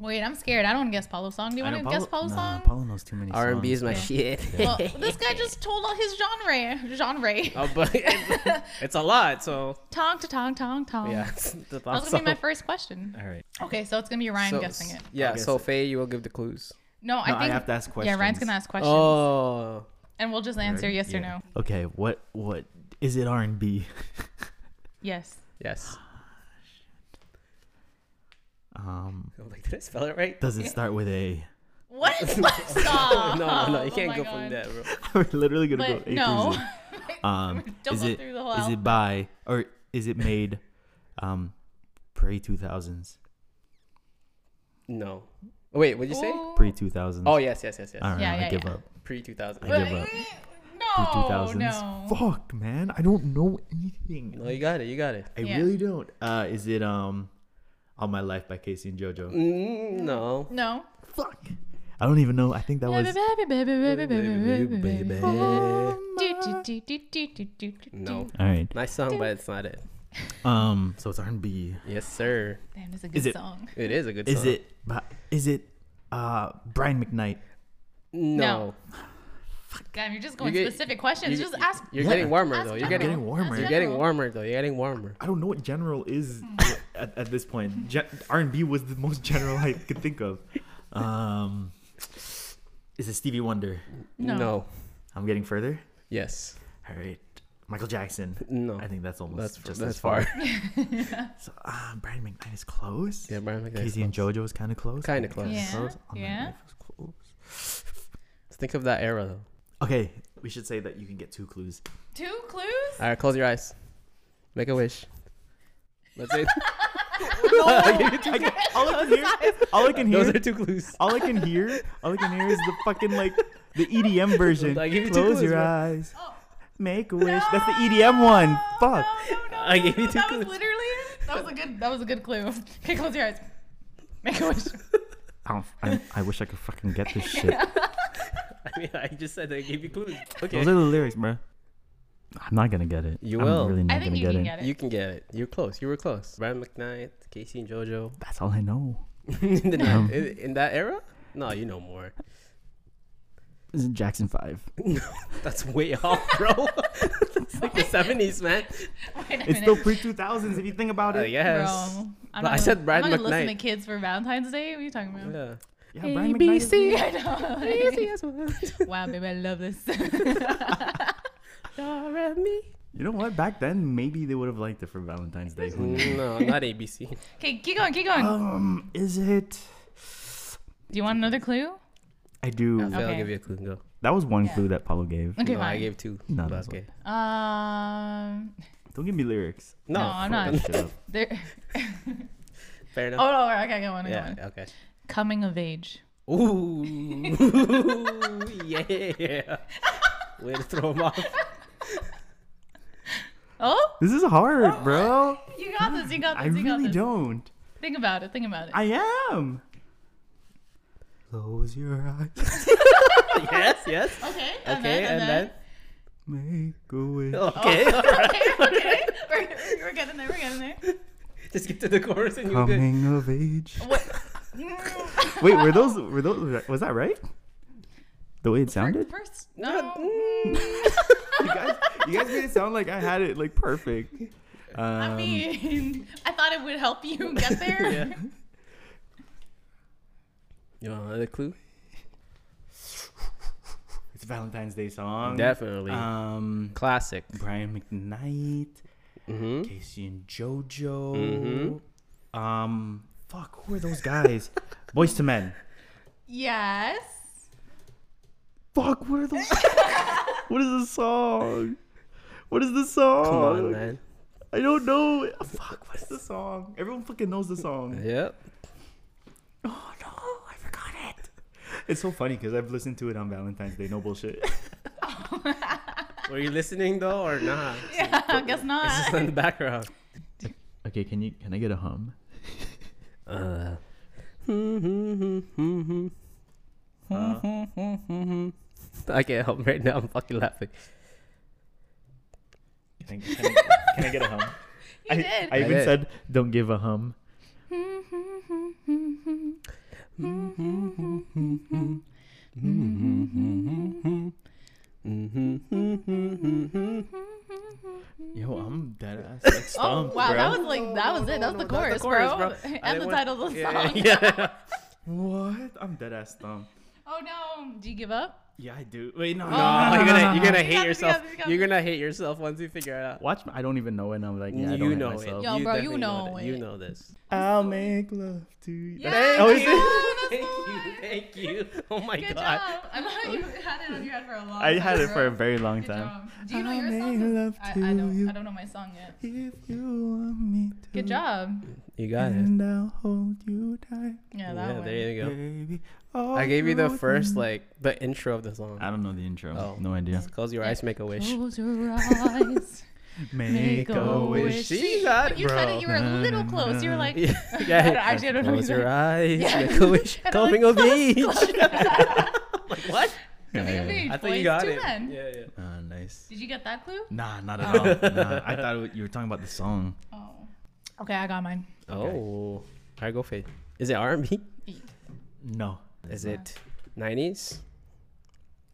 Speaker 2: Wait, I'm scared. I don't wanna guess Paulo's song. Do you
Speaker 3: I
Speaker 2: want
Speaker 3: know
Speaker 2: to guess Paulo's
Speaker 3: nah,
Speaker 2: song?
Speaker 3: Paulo knows too many.
Speaker 1: R and B is
Speaker 3: songs.
Speaker 1: my
Speaker 2: Yeah.
Speaker 1: shit.
Speaker 2: Well, this guy just told all his genre. Genre.
Speaker 1: oh, but it's, it's a lot, so
Speaker 2: Tong to tong tong tong.
Speaker 1: yeah. it's the
Speaker 2: That
Speaker 1: thought
Speaker 2: Um, was gonna be my
Speaker 1: song.
Speaker 2: first question.
Speaker 3: All right.
Speaker 2: Okay, so it's gonna be Ryan
Speaker 1: So,
Speaker 2: guessing it.
Speaker 1: Yeah,
Speaker 3: I'll guess
Speaker 1: so
Speaker 3: it.
Speaker 1: Faye, you will give the clues.
Speaker 2: No, I
Speaker 3: No, I,
Speaker 2: think
Speaker 3: have to ask questions.
Speaker 2: yeah, Ryan's gonna ask questions,
Speaker 1: Oh,
Speaker 2: and we'll just answer yes or
Speaker 3: Yeah.
Speaker 2: no.
Speaker 3: Okay, what what is it? R and B.
Speaker 2: Yes.
Speaker 1: yes.
Speaker 3: Um,
Speaker 1: I'm like, did I spell it right?
Speaker 3: does it start with a?
Speaker 2: What? Stop.
Speaker 1: no, no, no. You
Speaker 2: Oh
Speaker 1: can't
Speaker 2: my
Speaker 1: go
Speaker 2: God.
Speaker 1: from there, bro.
Speaker 3: We're literally gonna
Speaker 2: But
Speaker 3: go A
Speaker 2: no.
Speaker 3: through Z. Um,
Speaker 2: Don't
Speaker 3: is
Speaker 2: go
Speaker 3: it
Speaker 2: through the whole
Speaker 3: is it
Speaker 2: album.
Speaker 3: by or is it made? Um, pre two thousands,
Speaker 1: No. Oh, Wait, what'd you say?
Speaker 2: Ooh.
Speaker 3: pre two thousands.
Speaker 1: Oh, yes, yes, yes, yes.
Speaker 3: I don't know.
Speaker 2: Yeah, yeah,
Speaker 3: I give
Speaker 2: yeah. Oh,
Speaker 3: up.
Speaker 1: Pre 2000.
Speaker 3: I give up.
Speaker 2: No,
Speaker 3: Pre two
Speaker 2: no.
Speaker 3: thousands. Fuck, man. I don't know anything.
Speaker 1: No, you got it. You got it.
Speaker 3: I
Speaker 2: Yeah.
Speaker 3: really don't. Uh, is it um, All My Life by Casey and JoJo?
Speaker 1: Mm, no.
Speaker 2: No.
Speaker 3: Fuck. I don't even know. I think that was.
Speaker 2: Baby, baby, baby, baby, baby, baby. Do, do,
Speaker 3: All
Speaker 2: do, do, do, do, do, do,
Speaker 1: No.
Speaker 2: do.
Speaker 3: right.
Speaker 1: Nice song, but it's not it.
Speaker 3: Um. So it's R and B.
Speaker 1: Yes, sir.
Speaker 2: Damn, that's a
Speaker 3: Is
Speaker 2: good
Speaker 3: it-
Speaker 2: song.
Speaker 1: It is a good
Speaker 3: Is
Speaker 1: song.
Speaker 3: it? But is it? Uh, Brian McKnight.
Speaker 1: No.
Speaker 2: Damn, you're just going
Speaker 1: get-
Speaker 2: specific questions.
Speaker 1: you-
Speaker 2: Just ask.
Speaker 1: You're
Speaker 3: Yeah.
Speaker 1: getting warmer,
Speaker 2: Ask
Speaker 1: though. You're
Speaker 2: general.
Speaker 1: getting,
Speaker 3: getting warmer.
Speaker 2: Ask
Speaker 1: You're getting
Speaker 2: general.
Speaker 1: warmer, though. You're getting warmer.
Speaker 3: I don't know what general is
Speaker 2: Hmm.
Speaker 3: at, at this point. Gen- R and B was the most general I could think of. Um, is it Stevie Wonder?
Speaker 2: No.
Speaker 3: I'm getting further.
Speaker 1: Yes.
Speaker 3: All right, Michael Jackson.
Speaker 1: No.
Speaker 3: I think that's almost
Speaker 1: that's
Speaker 3: just
Speaker 1: that's
Speaker 3: as
Speaker 1: far.
Speaker 3: So, uh, Brian McKnight is close.
Speaker 1: yeah, Brian McKnight.
Speaker 3: Casey and JoJo is kind of close.
Speaker 1: Kinda
Speaker 3: Kinda
Speaker 1: close.
Speaker 2: Yeah,
Speaker 3: On my
Speaker 2: yeah.
Speaker 3: life is close.
Speaker 1: Think of that era, though.
Speaker 3: Okay, we should say that you can get two clues.
Speaker 2: Two clues?
Speaker 1: All right, close your eyes. Make a wish. Let's say
Speaker 3: I can- all I can hear, all I can
Speaker 1: those
Speaker 3: hear,
Speaker 1: are two clues.
Speaker 3: all I can hear, all I can hear is the fucking like the EDM version.
Speaker 1: I give you two
Speaker 3: close
Speaker 1: clues,
Speaker 3: your
Speaker 1: bro.
Speaker 3: eyes,
Speaker 2: Oh.
Speaker 3: make a wish. That's the EDM one. Fuck.
Speaker 2: No, no, no,
Speaker 1: I gave you
Speaker 2: no,
Speaker 1: two
Speaker 2: that
Speaker 1: clues.
Speaker 2: Was literally, that was a good. That was a good clue. Okay, close your eyes. Make a wish.
Speaker 3: I, don't, I, I wish I could fucking get this shit.
Speaker 1: I mean, I just said I gave you clues. Okay.
Speaker 3: Those are the lyrics, bro. I'm not gonna get it.
Speaker 1: You
Speaker 3: I'm
Speaker 1: will.
Speaker 3: Really not
Speaker 2: I think
Speaker 3: gonna
Speaker 2: you
Speaker 3: get
Speaker 2: can
Speaker 3: it.
Speaker 2: get it.
Speaker 1: You can get it. You're close. You were close. Brian McKnight, Casey and JoJo.
Speaker 3: That's all I know.
Speaker 1: in, the,
Speaker 3: Um.
Speaker 1: in, in that era? No, you know more.
Speaker 3: This is Jackson Five.
Speaker 1: That's way off, Oh, bro. That's like the 70s, man.
Speaker 2: Wait a
Speaker 3: It's
Speaker 2: minute.
Speaker 3: still pre 2000s if you think about it.
Speaker 1: Uh, yes.
Speaker 2: Bro, I'm
Speaker 1: But
Speaker 2: not
Speaker 1: I
Speaker 2: gonna-
Speaker 1: said Brian
Speaker 2: I'm not gonna listen to
Speaker 1: McKnight.
Speaker 2: kids for Valentine's Day. What are you talking about?
Speaker 1: Yeah.
Speaker 3: Yeah,
Speaker 2: A,
Speaker 3: Brian
Speaker 2: B,
Speaker 3: McKnight is-
Speaker 2: C. I know. wow, baby, I love this.
Speaker 3: You know what? Back then, maybe they would have liked it for Valentine's Day. Who knows?
Speaker 1: No, not ABC.
Speaker 2: okay, keep going, keep going.
Speaker 3: um, is it?
Speaker 2: Do you want another clue?
Speaker 3: I do.
Speaker 1: I feel I'll
Speaker 2: Okay.
Speaker 1: give you a clue. Go.
Speaker 3: That was one
Speaker 2: Yeah.
Speaker 3: clue that Paulo gave.
Speaker 2: Okay,
Speaker 1: no, I
Speaker 2: fine.
Speaker 1: gave two.
Speaker 3: No,
Speaker 1: but
Speaker 3: that's
Speaker 1: okay.
Speaker 2: Um,
Speaker 3: Don't give me lyrics.
Speaker 1: No,
Speaker 2: No, I'm
Speaker 1: fuck.
Speaker 2: not.
Speaker 3: Shut up.
Speaker 2: there.
Speaker 1: Fair
Speaker 2: Oh
Speaker 1: enough.
Speaker 2: no, I got one. I got
Speaker 1: yeah,
Speaker 2: one.
Speaker 1: okay.
Speaker 2: Coming of age.
Speaker 1: Ooh. yeah. Way to throw 'em off.
Speaker 2: Oh,
Speaker 3: This is hard, bro.
Speaker 2: you got this. You got this.
Speaker 3: I
Speaker 2: you got
Speaker 3: really
Speaker 2: this.
Speaker 3: don't.
Speaker 2: Think about it. Think about it.
Speaker 3: I am. Close your eyes.
Speaker 1: yes, yes.
Speaker 2: okay.
Speaker 1: Okay,
Speaker 2: And then, and then.
Speaker 3: Make a wish.
Speaker 2: uh-huh.
Speaker 1: Okay, all
Speaker 2: Oh.
Speaker 1: right.
Speaker 2: okay. Okay. We're, we're- we're getting there. We're getting there.
Speaker 1: Just get to the chorus and you're good.
Speaker 3: Coming of age.
Speaker 2: What?
Speaker 3: Wait, were those? Were those? Was that right? The way it sounded.
Speaker 2: First, no.
Speaker 1: Mm.
Speaker 3: you guys, you guys made it sound like I had it like perfect. Um,
Speaker 2: I mean, I thought it would help you get there.
Speaker 1: Yeah. You want another clue?
Speaker 3: it's a Valentine's Day song.
Speaker 1: Definitely.
Speaker 3: Um,
Speaker 1: Classic.
Speaker 3: Brian McKnight,
Speaker 1: Mm-hmm.
Speaker 3: Casey and JoJo. Um, fuck, who are those guys? Boys to Men.
Speaker 2: Yes.
Speaker 3: Fuck, what are those? what is the song? What is the song?
Speaker 1: Come
Speaker 2: Oh,
Speaker 1: on, man.
Speaker 3: I don't know. Fuck, what's the song? Everyone fucking knows the song.
Speaker 1: Yep.
Speaker 3: Oh no, I forgot it. It's so funny because I've listened to it on Valentine's Day. No bullshit.
Speaker 1: Were you listening though or not?
Speaker 2: Yeah, I guess
Speaker 1: It's
Speaker 2: not.
Speaker 1: just in the background.
Speaker 3: okay, can you can I get a hum?
Speaker 1: Uh. I can't help right now. I'm fucking laughing.
Speaker 3: Can I, can I, can I get a hum?
Speaker 2: You
Speaker 3: I,
Speaker 2: did.
Speaker 3: I even
Speaker 1: did.
Speaker 3: said, "Don't give a hum." Yo, I'm dead ass like
Speaker 2: Oh
Speaker 3: stumped,
Speaker 2: wow,
Speaker 3: bro.
Speaker 2: that was like that was it. That's the chorus, bro. And the title of the song.
Speaker 1: Yeah.
Speaker 3: what? I'm dead ass stumped.
Speaker 2: Oh no, do you give up?
Speaker 3: Yeah, I do. Wait, no,
Speaker 1: No,
Speaker 2: no,
Speaker 1: Oh, you're
Speaker 2: no,
Speaker 1: gonna you're gonna
Speaker 2: no, no. We got
Speaker 1: hate
Speaker 2: this, we got
Speaker 1: yourself.
Speaker 2: this, we got
Speaker 1: You're gonna hate yourself once you figure it out.
Speaker 3: Watch, I don't even know, and I'm like, yeah, I don't
Speaker 1: you
Speaker 3: hate
Speaker 1: know
Speaker 3: myself.
Speaker 1: it.
Speaker 2: Yo,
Speaker 1: you
Speaker 2: bro,
Speaker 1: definitely
Speaker 2: you know
Speaker 1: that.
Speaker 2: it.
Speaker 1: You know this.
Speaker 3: I'll make love to you.
Speaker 2: Yeah.
Speaker 3: That's-
Speaker 2: Oh,
Speaker 3: is
Speaker 2: Thank
Speaker 3: it?
Speaker 2: you.
Speaker 1: Thank
Speaker 2: That's the
Speaker 1: you,
Speaker 2: one.
Speaker 1: thank you. Oh my
Speaker 2: Good
Speaker 1: god.
Speaker 2: job. I thought you had it on your head for a long
Speaker 3: I
Speaker 2: time.
Speaker 3: had it for a
Speaker 2: bro.
Speaker 3: very long
Speaker 2: Good
Speaker 3: time.
Speaker 2: job. Do you know
Speaker 3: I
Speaker 2: your
Speaker 3: made
Speaker 2: song?
Speaker 3: love
Speaker 2: I, I
Speaker 3: to
Speaker 2: don't.
Speaker 3: you.
Speaker 2: I don't know my song yet.
Speaker 3: If you want me to,
Speaker 2: Good job.
Speaker 1: You got it.
Speaker 3: and I'll hold you tight,
Speaker 2: Yeah, that
Speaker 1: Yeah,
Speaker 2: one.
Speaker 1: there you go.
Speaker 3: baby.
Speaker 1: I gave you the first
Speaker 3: like.
Speaker 1: like the intro of the song.
Speaker 3: I don't know the intro.
Speaker 1: Oh.
Speaker 3: No idea.
Speaker 1: Close your
Speaker 2: Yeah.
Speaker 1: eyes, make a wish.
Speaker 2: Close your eyes. Make a wish.
Speaker 1: She got it,
Speaker 2: When you said it,
Speaker 1: bro.
Speaker 2: you were a little close. You were like,
Speaker 1: Yeah,
Speaker 2: I don't, actually, I don't know.
Speaker 1: Close your
Speaker 2: either.
Speaker 1: eyes,
Speaker 2: Yeah.
Speaker 1: make a wish.
Speaker 2: And I'm like,
Speaker 1: Coming of age.
Speaker 2: Like,
Speaker 1: what?
Speaker 2: Coming
Speaker 3: Yeah, yeah,
Speaker 2: of
Speaker 3: yeah.
Speaker 2: age.
Speaker 1: I thought you
Speaker 2: boys
Speaker 1: got
Speaker 2: to
Speaker 1: it.
Speaker 2: men.
Speaker 1: Yeah, yeah.
Speaker 3: Ah, nice.
Speaker 2: Did you get that clue?
Speaker 3: Nah, not at all. nah, I thought it- you were talking about the song.
Speaker 2: Oh. Okay, I got mine.
Speaker 3: Okay.
Speaker 1: Oh, I go faith. Is it R&B?
Speaker 3: No,
Speaker 1: Is it 90s?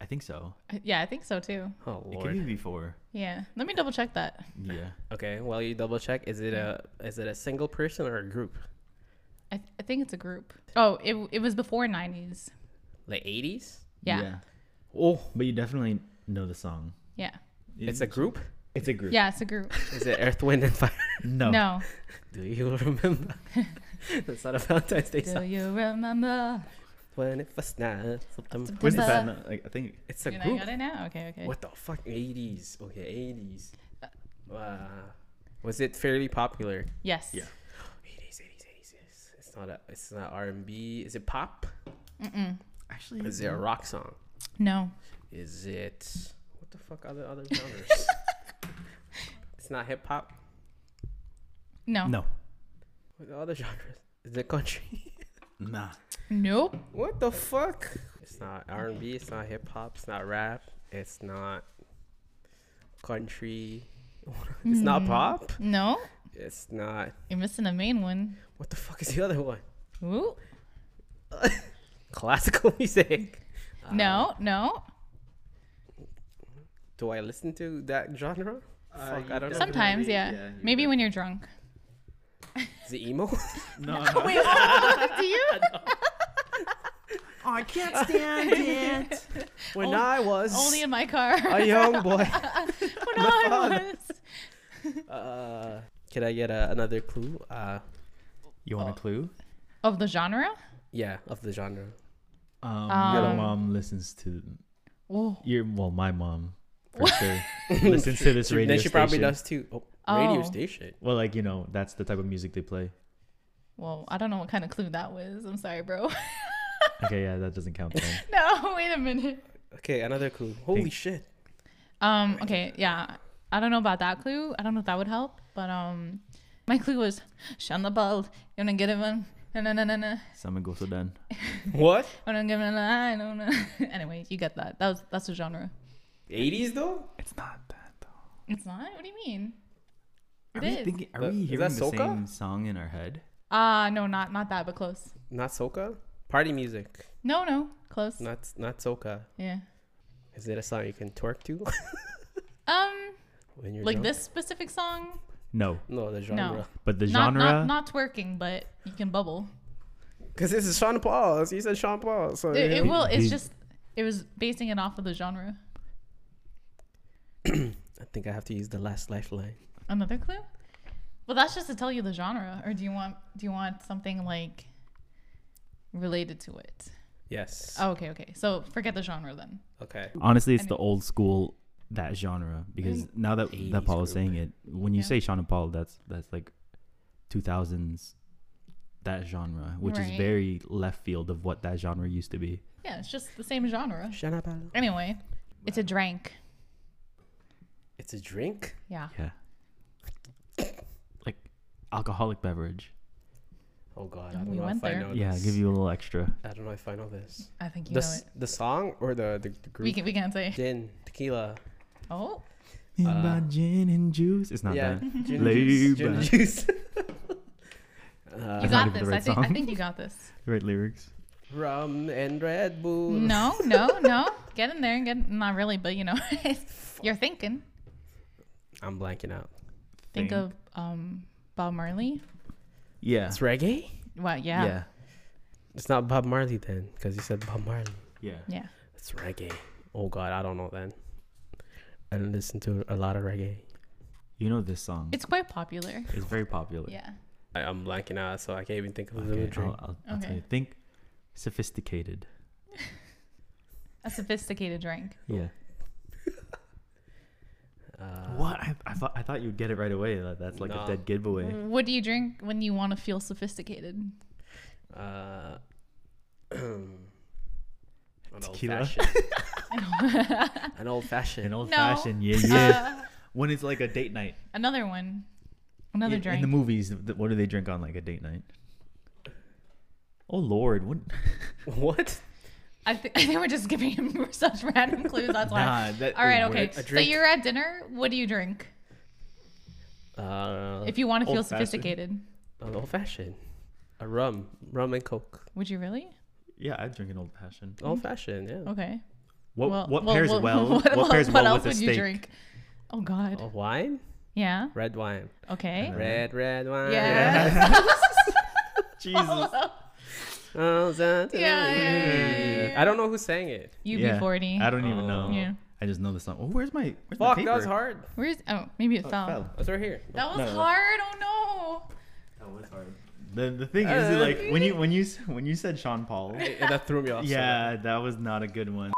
Speaker 3: I think so.
Speaker 2: I- Yeah, I think so too.
Speaker 1: Oh
Speaker 3: It could be
Speaker 1: lord.
Speaker 3: before.
Speaker 2: Yeah. Let me double check that.
Speaker 3: Yeah.
Speaker 1: Okay, well you double check. Is it a is it a single person or a group?
Speaker 2: I, th- I think it's a group. Oh, it, it was before 90s.
Speaker 1: Like 80s?
Speaker 2: Yeah.
Speaker 1: Oh,
Speaker 3: But you definitely know the song.
Speaker 2: Yeah.
Speaker 1: it's a group.
Speaker 3: It's a group.
Speaker 2: Yeah, it's a group.
Speaker 1: Is it Earth, Wind, and Fire?
Speaker 3: No.
Speaker 2: No.
Speaker 1: Do you remember? That's not a Valentine's Day
Speaker 2: Do
Speaker 1: song.
Speaker 2: you remember?
Speaker 1: When it was night, September.
Speaker 3: Where's the
Speaker 2: It's
Speaker 3: band?
Speaker 2: a-
Speaker 3: now? Like, I think.
Speaker 1: It's a
Speaker 2: You know, you
Speaker 1: group.
Speaker 2: got it now? Okay, okay.
Speaker 1: What the fuck? 80s. Okay, 80s.
Speaker 2: Uh,
Speaker 1: Wow. Was it fairly popular?
Speaker 2: Yes.
Speaker 3: Yeah.
Speaker 1: 80s, 80s, 80s. yes. It's not a. It's not R and B. Is it pop?
Speaker 2: Mm-mm.
Speaker 3: Actually.
Speaker 1: Is it a rock song?
Speaker 2: No.
Speaker 1: Is it what the fuck are the other genres? it's not hip hop.
Speaker 2: No.
Speaker 3: No.
Speaker 1: What are the other genres? Is it country?
Speaker 3: Nah.
Speaker 2: Nope.
Speaker 1: what the fuck? It's not R and B. It's not hip hop. It's not rap. It's not country. it's not
Speaker 2: Mm-hmm.
Speaker 1: pop.
Speaker 2: No.
Speaker 1: It's not.
Speaker 2: You're missing the main one.
Speaker 1: What the fuck is the other one?
Speaker 2: Ooh.
Speaker 1: Classical music. Uh,
Speaker 2: no, no.
Speaker 1: Do I listen to that genre? fuck, I don't know.
Speaker 2: Sometimes,
Speaker 3: definitely,
Speaker 2: yeah.
Speaker 3: yeah, you
Speaker 2: Maybe
Speaker 3: could.
Speaker 2: when you're drunk.
Speaker 1: Is it emo?
Speaker 3: No.
Speaker 2: Wait, do you?
Speaker 3: Oh, I can't stand it.
Speaker 1: when
Speaker 2: Only-
Speaker 1: I was
Speaker 2: Only in my car.
Speaker 1: a young boy.
Speaker 2: when I was.
Speaker 1: Uh, can I get a, another clue? Uh,
Speaker 3: You want a clue?
Speaker 2: Of the genre?
Speaker 1: yeah, of the genre.
Speaker 3: Um,
Speaker 2: Um,
Speaker 3: your mom listens to
Speaker 2: Oh.
Speaker 3: your well, my mom for sure listens to this
Speaker 1: She-
Speaker 3: radio
Speaker 1: then she probably
Speaker 3: station.
Speaker 1: does too. Oh, radio
Speaker 2: Oh.
Speaker 1: station.
Speaker 3: Well, like you know, that's the type of music they play.
Speaker 2: Well, I don't know what kind of clue that was. I'm sorry, bro.
Speaker 3: Okay, yeah, that doesn't count. Then.
Speaker 2: no, wait a minute.
Speaker 1: Okay, another clue. Holy
Speaker 3: Think-
Speaker 1: shit!
Speaker 2: Um, okay, yeah. I don't know about that clue. I don't know if that would help, but um my clue was shun the ball. You wanna get it one? No no no no no.
Speaker 3: Summer goes done.
Speaker 1: What?
Speaker 2: I don't give it a lie. No, no. anyway, you get that. That was that's a genre.
Speaker 1: Eighties though?
Speaker 3: It's not that though.
Speaker 2: It's not? What do you mean?
Speaker 3: Are
Speaker 2: It
Speaker 3: we
Speaker 2: is.
Speaker 3: thinking? Are
Speaker 1: Uh,
Speaker 3: we
Speaker 1: is
Speaker 3: hearing
Speaker 1: that
Speaker 3: the
Speaker 1: soca?
Speaker 3: same song in our head?
Speaker 2: Uh no, not not that, but close.
Speaker 1: Not soca? Party music.
Speaker 2: No, no. Close.
Speaker 1: Not not soca.
Speaker 2: Yeah.
Speaker 1: Is it a song you can twerk to
Speaker 2: Um
Speaker 1: when you're
Speaker 2: like
Speaker 1: drunk?
Speaker 2: this specific song?
Speaker 3: No,
Speaker 1: No, the genre.
Speaker 3: but the
Speaker 2: Not-
Speaker 3: genre.
Speaker 2: Not, not twerking, but you can bubble.
Speaker 1: Because this is Sean Paul. You said Sean Paul. So
Speaker 2: It, it
Speaker 1: Oh, yeah.
Speaker 2: will. It's
Speaker 3: Did-
Speaker 2: just it was basing it off of the genre.
Speaker 1: I think I have to use the last lifeline.
Speaker 2: Another clue? Well, that's just to tell you the genre. Or do you want do you want something like related to it?
Speaker 1: Yes.
Speaker 2: Oh, okay, okay. So forget the genre then.
Speaker 1: Okay.
Speaker 3: Honestly, it's the
Speaker 2: Anyway.
Speaker 3: old school that genre because now that that
Speaker 1: 80s
Speaker 3: Paul is
Speaker 1: group.
Speaker 3: saying it, when you
Speaker 2: Mm, Yeah.
Speaker 3: say Sean and Paul, that's that's like two thousands that genre, which is
Speaker 2: Right.
Speaker 3: very left field of what that genre used to be.
Speaker 2: Yeah, it's just the same genre.
Speaker 1: Sean Paul.
Speaker 2: Anyway, it's a drank.
Speaker 1: It's a drink.
Speaker 2: Yeah.
Speaker 3: Yeah, like alcoholic beverage.
Speaker 1: Oh God, I don't
Speaker 2: We
Speaker 1: know
Speaker 2: went
Speaker 1: if I
Speaker 2: there.
Speaker 1: know
Speaker 3: Yeah,
Speaker 1: this.
Speaker 3: give you a little extra.
Speaker 1: I don't know if I know this.
Speaker 2: I think you
Speaker 1: the
Speaker 2: know
Speaker 1: s-
Speaker 2: it.
Speaker 1: the song or the the, the group.
Speaker 2: We can we can't say.
Speaker 1: Gin, tequila.
Speaker 2: Oh,
Speaker 1: Uh,
Speaker 3: by gin and juice. It's not
Speaker 1: yeah,
Speaker 3: that.
Speaker 1: gin and juice. Gin and
Speaker 3: Labor.
Speaker 1: juice. uh,
Speaker 2: you
Speaker 3: not
Speaker 2: got
Speaker 3: even the
Speaker 2: this. I
Speaker 3: right
Speaker 2: think I
Speaker 3: song.
Speaker 2: think you got this.
Speaker 3: Right lyrics.
Speaker 1: rum and Red Bull.
Speaker 2: No, no, no. Get in there and get not really, but you know, you're thinking.
Speaker 1: I'm blanking out.
Speaker 2: Think, of um Bob Marley.
Speaker 3: Yeah.
Speaker 1: It's reggae.
Speaker 2: What? Yeah.
Speaker 3: Yeah.
Speaker 1: It's not Bob Marley then, because you said Bob Marley.
Speaker 3: Yeah.
Speaker 2: Yeah.
Speaker 1: It's reggae. Oh God, I don't know then. I don't listen to a lot of reggae.
Speaker 3: You know this song.
Speaker 2: It's
Speaker 3: It's,
Speaker 2: quite popular.
Speaker 3: very popular.
Speaker 2: Yeah.
Speaker 1: I, I'm blanking out, so I can't even think of the
Speaker 3: Okay,
Speaker 1: drink.
Speaker 3: I'll, I'll, I'll tell
Speaker 2: Okay.
Speaker 3: you. Think sophisticated.
Speaker 2: A sophisticated drink.
Speaker 3: Yeah.
Speaker 1: Uh,
Speaker 3: what? I, I thought I thought you'd get it right away. That, that's like
Speaker 1: Nah.
Speaker 3: a dead giveaway.
Speaker 2: What do you drink when you want to feel sophisticated?
Speaker 1: Uh, an old
Speaker 3: Tequila?
Speaker 1: fashioned. an old fashioned.
Speaker 3: An old
Speaker 2: No.
Speaker 3: fashioned. Yeah, yeah.
Speaker 2: Uh,
Speaker 3: when it's like a date night.
Speaker 2: another one. Another
Speaker 3: in,
Speaker 2: drink.
Speaker 3: in the movies. th- What do they drink on like a date night? Oh Lord, what?
Speaker 1: What?
Speaker 2: I, th- I think we're just giving him such random clues. That's why.
Speaker 3: Nah, that-
Speaker 2: All right,
Speaker 3: ooh,
Speaker 2: okay.
Speaker 3: what?
Speaker 1: A
Speaker 2: So
Speaker 1: drink.
Speaker 2: you're at dinner. What do you drink
Speaker 1: Uh,
Speaker 2: if you want to feel
Speaker 3: Old fashioned.
Speaker 2: sophisticated?
Speaker 1: an old fashioned. A rum, rum and coke.
Speaker 2: Would you really?
Speaker 3: Yeah, I drink an old
Speaker 2: Mm.
Speaker 3: fashioned.
Speaker 1: Old fashioned, yeah.
Speaker 2: Okay.
Speaker 3: What what pairs well? What,
Speaker 2: el-
Speaker 3: pairs well
Speaker 2: else
Speaker 3: with a
Speaker 2: would
Speaker 3: steak?
Speaker 2: you drink? Oh God.
Speaker 1: A wine,
Speaker 2: Yeah.
Speaker 1: red wine,
Speaker 2: Okay.
Speaker 3: Uh,
Speaker 1: red red wine.
Speaker 2: Yeah.
Speaker 3: Jesus.
Speaker 1: Oh, that-
Speaker 2: Yeah, yeah, yeah, yeah,
Speaker 1: I don't know who sang it.
Speaker 2: UB40.
Speaker 3: I don't even
Speaker 1: Oh.
Speaker 3: know.
Speaker 2: Yeah.
Speaker 3: I just know the song. Oh, where's my where's my
Speaker 1: Fuck,
Speaker 3: paper?
Speaker 1: that was hard.
Speaker 2: Where's? Oh, maybe it
Speaker 3: Oh, it
Speaker 2: fell.
Speaker 3: fell.
Speaker 1: That's right here.
Speaker 2: That was
Speaker 3: No, no.
Speaker 2: hard. Oh no.
Speaker 3: That was hard. The, the thing is, is, like when you when you s- when you said Sean Paul,
Speaker 1: Hey, that threw me off. so
Speaker 3: yeah, that was not a good one.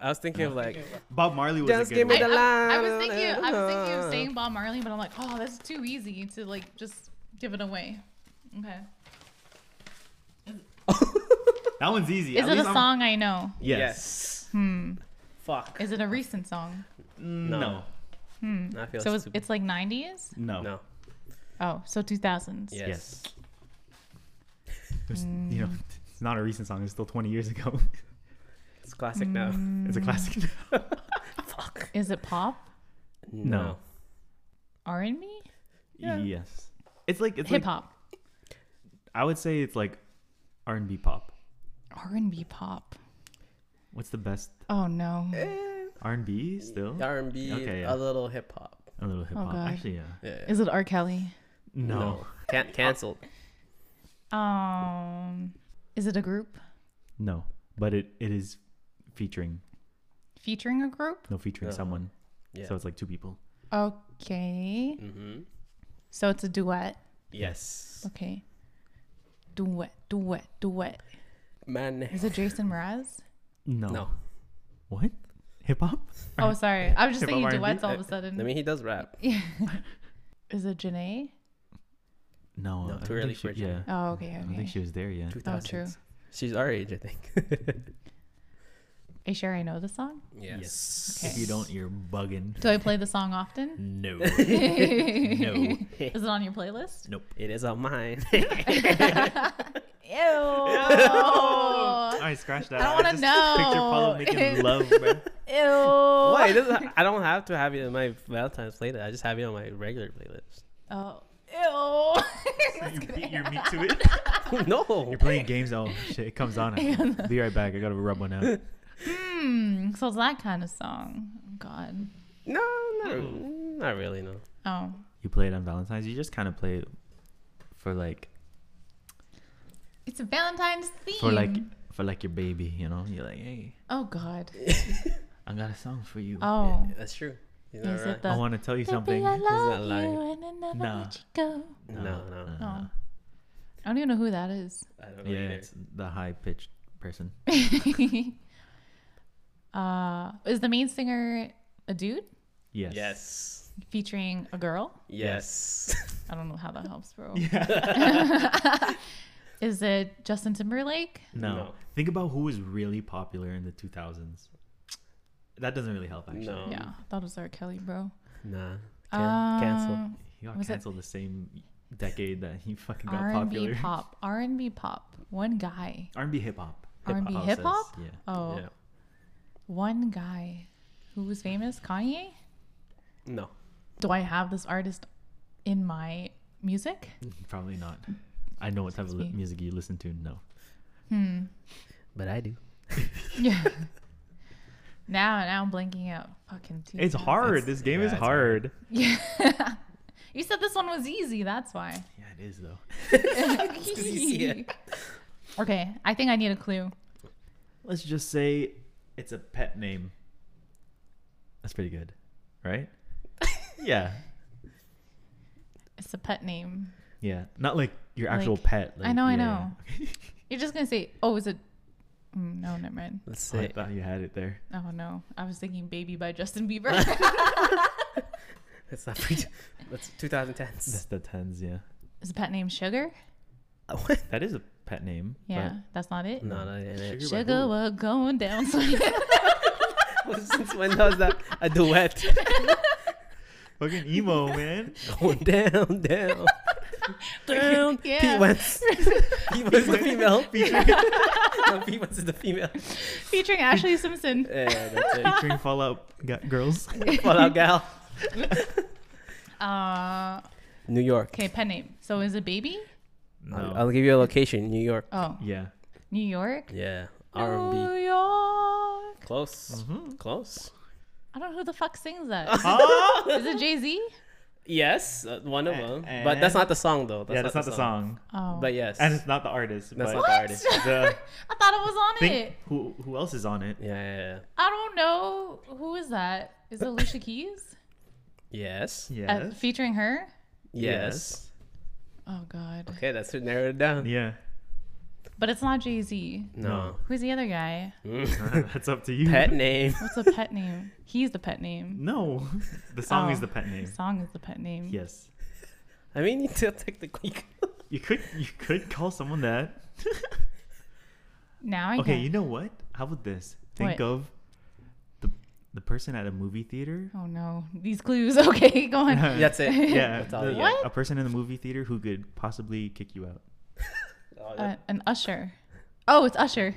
Speaker 1: I was thinking of like.
Speaker 3: Bob Marley was
Speaker 1: Just
Speaker 3: a good
Speaker 1: give me
Speaker 3: one.
Speaker 1: the
Speaker 2: I, I, I was
Speaker 1: line,
Speaker 2: thinking. I was thinking
Speaker 3: Uh-huh.
Speaker 2: of
Speaker 1: uh,
Speaker 2: saying Bob Marley, but I'm like, oh, that's too easy to like just give it away. Okay.
Speaker 3: that one's easy.
Speaker 2: Is
Speaker 3: At
Speaker 2: it a
Speaker 3: least I'm-
Speaker 2: song I know?
Speaker 3: Yes.
Speaker 2: Hmm.
Speaker 1: Fuck.
Speaker 2: Is it a recent song?
Speaker 3: No. no.
Speaker 1: I feel
Speaker 2: Mm. So it's,
Speaker 1: stupid.
Speaker 2: it's like 90s?
Speaker 1: no.
Speaker 2: Oh, so 2000s.
Speaker 1: Yes.
Speaker 3: Yes. It was- You know, it's not a recent song. It's still 20 years ago.
Speaker 1: It's classic now.
Speaker 2: Mm.
Speaker 3: it's a classic.
Speaker 1: Fuck.
Speaker 2: Is it pop?
Speaker 3: No.
Speaker 2: R&B?
Speaker 1: Yeah.
Speaker 3: Yes. It's like it's like-
Speaker 2: Hip hop.
Speaker 3: I would say it's like R&B pop.
Speaker 2: R&B pop.
Speaker 3: What's the best
Speaker 2: Oh no.
Speaker 3: R&B still?
Speaker 1: R and B,
Speaker 3: Okay,
Speaker 1: a
Speaker 3: yeah.
Speaker 1: little hip hop.
Speaker 3: A little hip hop.
Speaker 2: Oh, God.
Speaker 3: Actually, yeah.
Speaker 1: Yeah.
Speaker 2: Is it R. Kelly?
Speaker 3: No.
Speaker 1: No. Can- canceled.
Speaker 2: Um is it a group?
Speaker 3: No. But it, it is featuring
Speaker 2: Featuring a group?
Speaker 3: no featuring
Speaker 1: No.
Speaker 3: someone.
Speaker 1: Yeah.
Speaker 3: So it's like two people.
Speaker 2: Okay.
Speaker 1: Mm-hmm.
Speaker 2: So it's a duet.
Speaker 1: Yes.
Speaker 2: Okay. Duet, duet, duet.
Speaker 1: Man.
Speaker 2: Is it Jason Mraz?
Speaker 3: No.
Speaker 1: No.
Speaker 3: What? Hip hop?
Speaker 2: Oh, sorry. I was just
Speaker 3: Hip
Speaker 2: thinking
Speaker 3: hop R&B?
Speaker 2: duets all of
Speaker 1: Uh,
Speaker 2: a sudden.
Speaker 1: I mean, he does rap.
Speaker 2: is it Janae?
Speaker 3: No.
Speaker 1: No, too
Speaker 3: I don't think
Speaker 1: early
Speaker 3: she-
Speaker 1: for it,
Speaker 3: Yeah.
Speaker 2: Oh, okay,
Speaker 3: I don't
Speaker 2: okay.
Speaker 3: think she was there yet.
Speaker 2: Oh, true.
Speaker 1: 2000s. She's our age, I think.
Speaker 2: Are you sure I know the song?
Speaker 1: yes.
Speaker 2: Okay.
Speaker 3: If you don't, you're bugging.
Speaker 2: Do I play the song often?
Speaker 3: No.
Speaker 2: no.
Speaker 3: no.
Speaker 2: Is it on your playlist?
Speaker 3: Nope.
Speaker 1: It is on mine.
Speaker 2: Ew.
Speaker 3: All right, scratch that.
Speaker 2: I don't wanna
Speaker 3: just
Speaker 2: know.
Speaker 3: Picture Paul making love, bro.
Speaker 2: Ew.
Speaker 1: Why? It doesn't, I don't have to have it in my Valentine's playlist. I just have it on my regular playlist.
Speaker 2: Oh. Ew.
Speaker 3: you beat your meat to it.
Speaker 1: no.
Speaker 3: You're playing games. Oh shit! It comes on. Be right back. I gotta rub one out.
Speaker 2: Hmm. So it's that kind of song. Oh, God.
Speaker 1: No, not, not really, no.
Speaker 2: Oh.
Speaker 3: You play it on Valentine's. You just kind of play it for like
Speaker 2: It's a Valentine's theme.
Speaker 3: for like for like your baby. You know. You're like, hey,
Speaker 2: Oh God.
Speaker 3: I got a song for you.
Speaker 2: Oh.
Speaker 1: That's true. He's not
Speaker 2: Is
Speaker 1: right.
Speaker 2: it
Speaker 3: I
Speaker 2: the
Speaker 3: want to tell you
Speaker 2: Baby,
Speaker 3: something.
Speaker 2: I
Speaker 1: not
Speaker 2: love you
Speaker 1: lying.
Speaker 2: and I never
Speaker 3: Nah.
Speaker 2: let you go.
Speaker 1: No, no.
Speaker 2: Oh. I don't even know who that is.
Speaker 1: I don't know
Speaker 3: Uh, Yeah,
Speaker 1: either.
Speaker 3: it's the high pitched person.
Speaker 2: uh, is the main singer a dude
Speaker 3: Yes.
Speaker 1: Yes.
Speaker 2: featuring a girl?
Speaker 1: Yes.
Speaker 2: I don't know how that helps, bro. is it Justin Timberlake?
Speaker 3: No.
Speaker 1: No.
Speaker 3: Think about who was really popular in the 2000s. That doesn't really help, actually.
Speaker 1: No.
Speaker 2: yeah, that was R. Kelly, bro.
Speaker 1: nah. Can- cancel.
Speaker 2: Um,
Speaker 3: He got
Speaker 2: Was it-
Speaker 3: canceled the same decade that he fucking got
Speaker 2: R&B
Speaker 3: popular.
Speaker 2: pop, R&B pop. One guy.
Speaker 3: R&B hip hop.
Speaker 2: R&B hip hop?
Speaker 3: Yeah.
Speaker 2: Oh,
Speaker 1: Yeah.
Speaker 2: one guy who was famous, Kanye.
Speaker 1: No.
Speaker 2: Do I have this artist in my music?
Speaker 3: Probably not. I know what type of li-
Speaker 2: me.
Speaker 3: music you listen to. No.
Speaker 1: But I do.
Speaker 2: Yeah. now, now I'm blanking out. Fucking. Two
Speaker 3: It's hard. this game
Speaker 1: yeah,
Speaker 3: is
Speaker 1: it's
Speaker 3: hard.
Speaker 2: Yeah. you said this one was easy. That's why.
Speaker 3: Yeah, it is though.
Speaker 1: easier.
Speaker 2: okay, I think I need a clue.
Speaker 3: Let's just say it's a pet name. That's pretty good, right? yeah,
Speaker 2: It's a pet name.
Speaker 3: yeah. Not like your actual
Speaker 2: Like-
Speaker 3: pet.
Speaker 2: I know, I
Speaker 3: yeah,
Speaker 2: know.
Speaker 3: yeah.
Speaker 2: You're just gonna say, "Oh, is it?" Mm, No, never mind.
Speaker 1: Let's
Speaker 3: Oh, I
Speaker 1: say
Speaker 3: thought you had it there.
Speaker 2: Oh no, I was thinking "Baby" by Justin Bieber.
Speaker 1: it's not pretty. That's 2010s.
Speaker 3: That's the tens. Yeah,
Speaker 2: is the pet name Sugar?
Speaker 1: What?
Speaker 3: that is a pet name. but-
Speaker 2: Yeah, that's not it.
Speaker 1: no, no, no, no.
Speaker 3: Sugar by
Speaker 2: Sugar,
Speaker 3: who?
Speaker 2: we're going down.
Speaker 1: Since when was that a duet?
Speaker 3: Fucking emo man.
Speaker 1: Going down, down, down. Pete
Speaker 2: yeah,
Speaker 1: Wentz. Pete Wentz is the female. no, Pete Wentz is the female.
Speaker 2: featuring Ashley Simpson.
Speaker 1: Yeah, that's it.
Speaker 3: Featuring Fallout gu- Girls.
Speaker 1: Fallout gal.
Speaker 2: Uh,
Speaker 1: New York.
Speaker 2: okay, pet name. So is it baby?
Speaker 1: I'll, I'll give you a location. New York.
Speaker 2: Oh,
Speaker 3: yeah.
Speaker 2: New York.
Speaker 1: Yeah. R&B.
Speaker 2: New York.
Speaker 1: Close.
Speaker 3: Mm-hmm.
Speaker 1: Close.
Speaker 2: I don't know who the fuck sings that. Is it Jay Z?
Speaker 1: Yes, uh, one of
Speaker 3: A-
Speaker 1: them. but that's
Speaker 3: and-
Speaker 1: not the song though.
Speaker 3: yeah, that's not the song.
Speaker 2: Oh,
Speaker 1: But yes.
Speaker 3: And it's not the artist.
Speaker 1: That's
Speaker 3: but
Speaker 1: not the What? artist.
Speaker 3: The
Speaker 2: I thought it was on it.
Speaker 3: think who who else is on it?
Speaker 1: yeah, yeah, yeah.
Speaker 2: I don't know who is that. Is it Alicia Keys?
Speaker 1: Yes.
Speaker 2: Uh,
Speaker 3: Yes.
Speaker 2: featuring her?
Speaker 1: Yes.
Speaker 2: Oh God!
Speaker 1: Okay, that's to narrow it
Speaker 2: Uh,
Speaker 1: down.
Speaker 3: yeah.
Speaker 2: But it's not Jay Z.
Speaker 1: No.
Speaker 2: Who's the other guy?
Speaker 3: that's up to you.
Speaker 1: Pet name.
Speaker 2: What's a pet name? He's the pet name.
Speaker 3: No. The song
Speaker 2: Oh.
Speaker 3: is the pet name.
Speaker 2: Song is the pet name.
Speaker 3: Mm. Yes.
Speaker 1: I mean, you still technically.
Speaker 3: You could you could call someone that.
Speaker 2: Now I
Speaker 3: Okay,
Speaker 2: can.
Speaker 3: you know what? How about this? Think
Speaker 2: What?
Speaker 3: of the the person at a movie theater.
Speaker 2: Oh no! These clues. Okay, go on. Uh,
Speaker 1: That's it.
Speaker 3: Yeah,
Speaker 1: That's all
Speaker 3: the-
Speaker 1: you get.
Speaker 2: What?
Speaker 3: a person in the movie theater who could possibly kick you out.
Speaker 1: Oh,
Speaker 2: Uh,
Speaker 1: that-
Speaker 2: an usher. Oh, it's Usher.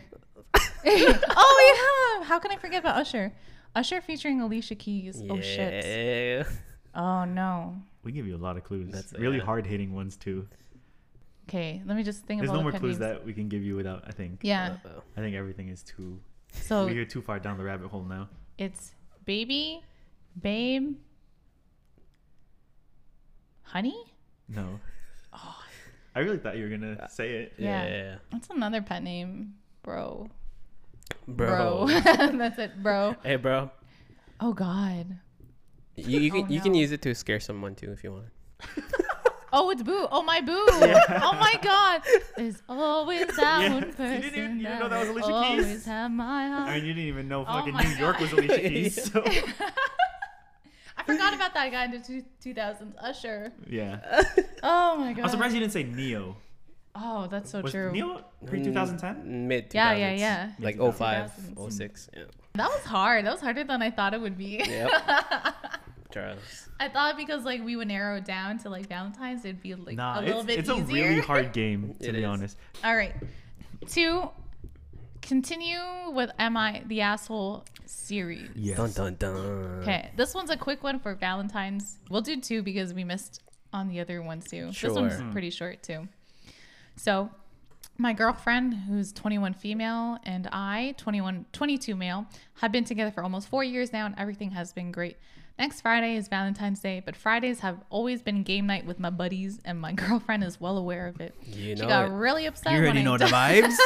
Speaker 2: oh yeah! How can I forget about Usher? Usher featuring Alicia Keys. Oh shit!
Speaker 1: yeah.
Speaker 2: Oh no.
Speaker 3: We give you a lot of clues.
Speaker 1: That's-
Speaker 3: really
Speaker 1: yeah.
Speaker 3: hard hitting ones too.
Speaker 2: Okay, let me just think
Speaker 3: There's
Speaker 2: about
Speaker 3: no
Speaker 2: the pet
Speaker 3: more clues
Speaker 2: names.
Speaker 3: that uh, we can give you without. I think.
Speaker 2: Yeah.
Speaker 1: Uh-oh.
Speaker 3: I think everything is too.
Speaker 2: So
Speaker 3: We're too far down the rabbit hole now.
Speaker 2: It's baby, babe, honey.
Speaker 3: No.
Speaker 2: Oh.
Speaker 3: I really thought you were gonna say it.
Speaker 2: Yeah.
Speaker 1: Yeah.
Speaker 2: That's another pet name, bro.
Speaker 1: Bro.
Speaker 2: That's it, bro.
Speaker 1: Hey, bro.
Speaker 2: Oh God.
Speaker 1: You, you, can,
Speaker 2: Oh,
Speaker 1: you can
Speaker 2: no.
Speaker 1: use it to scare someone too if you want.
Speaker 2: Oh, it's boo. Oh my boo. Oh my God. There's always that one
Speaker 3: Yeah. You didn't
Speaker 2: person.
Speaker 3: even- you didn't know that was
Speaker 2: will
Speaker 3: Alicia Keys?
Speaker 2: Always have my heart.
Speaker 3: I mean, you didn't even know fucking
Speaker 2: Oh my
Speaker 3: New York was Alicia Keys. So
Speaker 2: I forgot about that guy in the two- 2000s, Usher.
Speaker 3: yeah,
Speaker 2: Oh my God.
Speaker 3: I'm surprised you didn't say Neo.
Speaker 2: Oh, that's so
Speaker 3: Was
Speaker 2: true. Mm.
Speaker 3: Neo pre 2010?
Speaker 1: Mid 2000s.
Speaker 2: Yeah, yeah, yeah.
Speaker 1: Like
Speaker 3: Mm. Mid-
Speaker 1: 05,
Speaker 2: 2000s.
Speaker 1: 06. Yeah.
Speaker 2: That was hard. That was harder than I thought it would be.
Speaker 1: Yep. Charles.
Speaker 2: I thought because like we would narrow it down to like Valentine's, it'd be like a
Speaker 3: Nah,
Speaker 2: little
Speaker 3: it's,
Speaker 2: bit
Speaker 3: it's a
Speaker 2: easier.
Speaker 3: really hard game to
Speaker 1: It
Speaker 3: be
Speaker 1: is.
Speaker 3: honest.
Speaker 2: All right, to continue with "Am I the Asshole" series.
Speaker 3: Yes.
Speaker 1: Dun dun dun.
Speaker 2: Okay, this one's a quick one for Valentine's. We'll do two because we missed on the other ones too.
Speaker 1: Sure.
Speaker 2: This
Speaker 3: Hmm.
Speaker 2: one's pretty short too. So, my girlfriend, who's 21 female, and I, 21, 22 male, have been together for almost four years now, and everything has been great. Next Friday is Valentine's Day, but Fridays have always been game night with my buddies, and my girlfriend is well aware of it.
Speaker 1: You
Speaker 2: she
Speaker 1: know
Speaker 2: got
Speaker 1: it.
Speaker 2: really upset.
Speaker 3: You already
Speaker 2: when I
Speaker 3: know the
Speaker 2: told-
Speaker 3: vibes.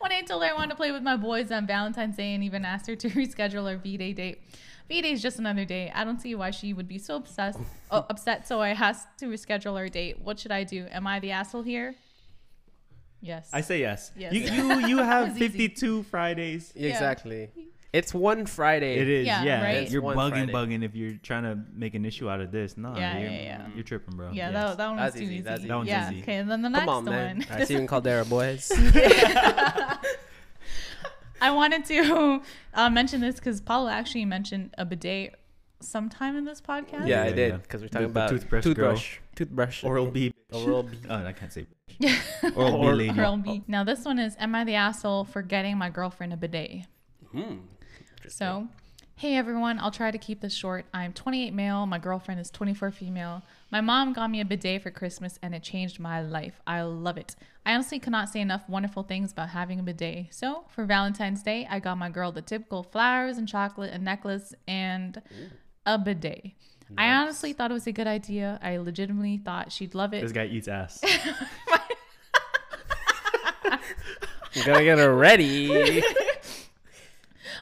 Speaker 2: when I told her I wanted to play with my boys on Valentine's Day and even asked her to reschedule our V Day date. V Day is just another day. I don't see why she would be so obsessed, uh, upset. So I asked to reschedule our date. What should I do? Am I the asshole here? Yes.
Speaker 3: I say yes.
Speaker 2: Yes.
Speaker 3: You you you have
Speaker 2: It's easy.
Speaker 3: 52 Fridays.
Speaker 1: Yeah, Exactly. It's one Friday.
Speaker 3: It is,
Speaker 2: Yeah,
Speaker 3: yeah.
Speaker 2: right? It's
Speaker 3: You're
Speaker 1: one
Speaker 3: bugging,
Speaker 1: Friday.
Speaker 3: bugging if you're trying to make an issue out of this. Nah,
Speaker 2: Yeah,
Speaker 3: you're,
Speaker 2: yeah, yeah.
Speaker 3: you're tripping, bro.
Speaker 2: yeah,
Speaker 3: Yes.
Speaker 2: that, that one
Speaker 1: That's
Speaker 2: was too
Speaker 1: easy,
Speaker 2: easy.
Speaker 1: that's easy.
Speaker 3: That one's
Speaker 2: yeah.
Speaker 3: easy.
Speaker 2: Okay, and then the next
Speaker 1: Come on, man.
Speaker 2: one.
Speaker 1: I see you in Caldera, boys.
Speaker 2: I wanted to uh, mention this because Paula actually mentioned a bidet sometime in this podcast.
Speaker 1: yeah, I
Speaker 3: yeah, yeah.
Speaker 1: did because we're talking
Speaker 3: The- the
Speaker 1: about
Speaker 3: toothbrush girl.
Speaker 1: toothbrush, toothbrush,
Speaker 3: Oral B.
Speaker 1: oral B.
Speaker 3: Oh, I can't say. Oral B
Speaker 1: Or-
Speaker 3: lady.
Speaker 2: Girl B. Now this one is Am I the asshole for getting my girlfriend a bidet? So, hey everyone, I'll try to keep this short. I'm 28 male, my girlfriend is 24 female. My mom got me a bidet for Christmas and it changed my life. I love it. I honestly cannot say enough wonderful things about having a bidet. So, for Valentine's Day, I got my girl the typical flowers and chocolate, a necklace, and a bidet. I honestly thought it was a good idea. I legitimately thought she'd love
Speaker 3: This
Speaker 2: it.
Speaker 3: guy eats ass.
Speaker 1: You gotta get her ready.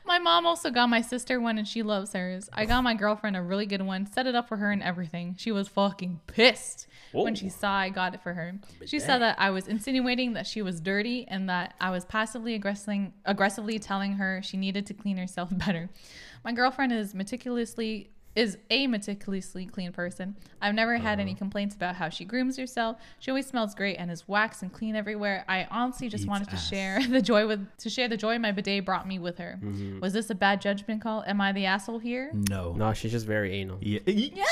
Speaker 2: My mom also got my sister one and she loves hers. I got my girlfriend a really good one, set it up for her and everything. She was fucking pissed when she
Speaker 1: Whoa.
Speaker 2: saw I got it for her. She said that I was insinuating that she was dirty and that I was passively aggressing, aggressively telling her she needed to clean herself better. My girlfriend is meticulously is a meticulously clean person. I've never had any complaints about how she grooms herself. She always smells great and is waxed and clean everywhere. I honestly just
Speaker 3: Eats
Speaker 2: wanted to
Speaker 3: ass.
Speaker 2: share the joy with to share the joy my bidet brought me with her.
Speaker 3: Mm-hmm.
Speaker 2: Was this a bad judgment call? Am I the asshole here?
Speaker 3: No.
Speaker 1: no, she's just very anal.
Speaker 3: Yeah.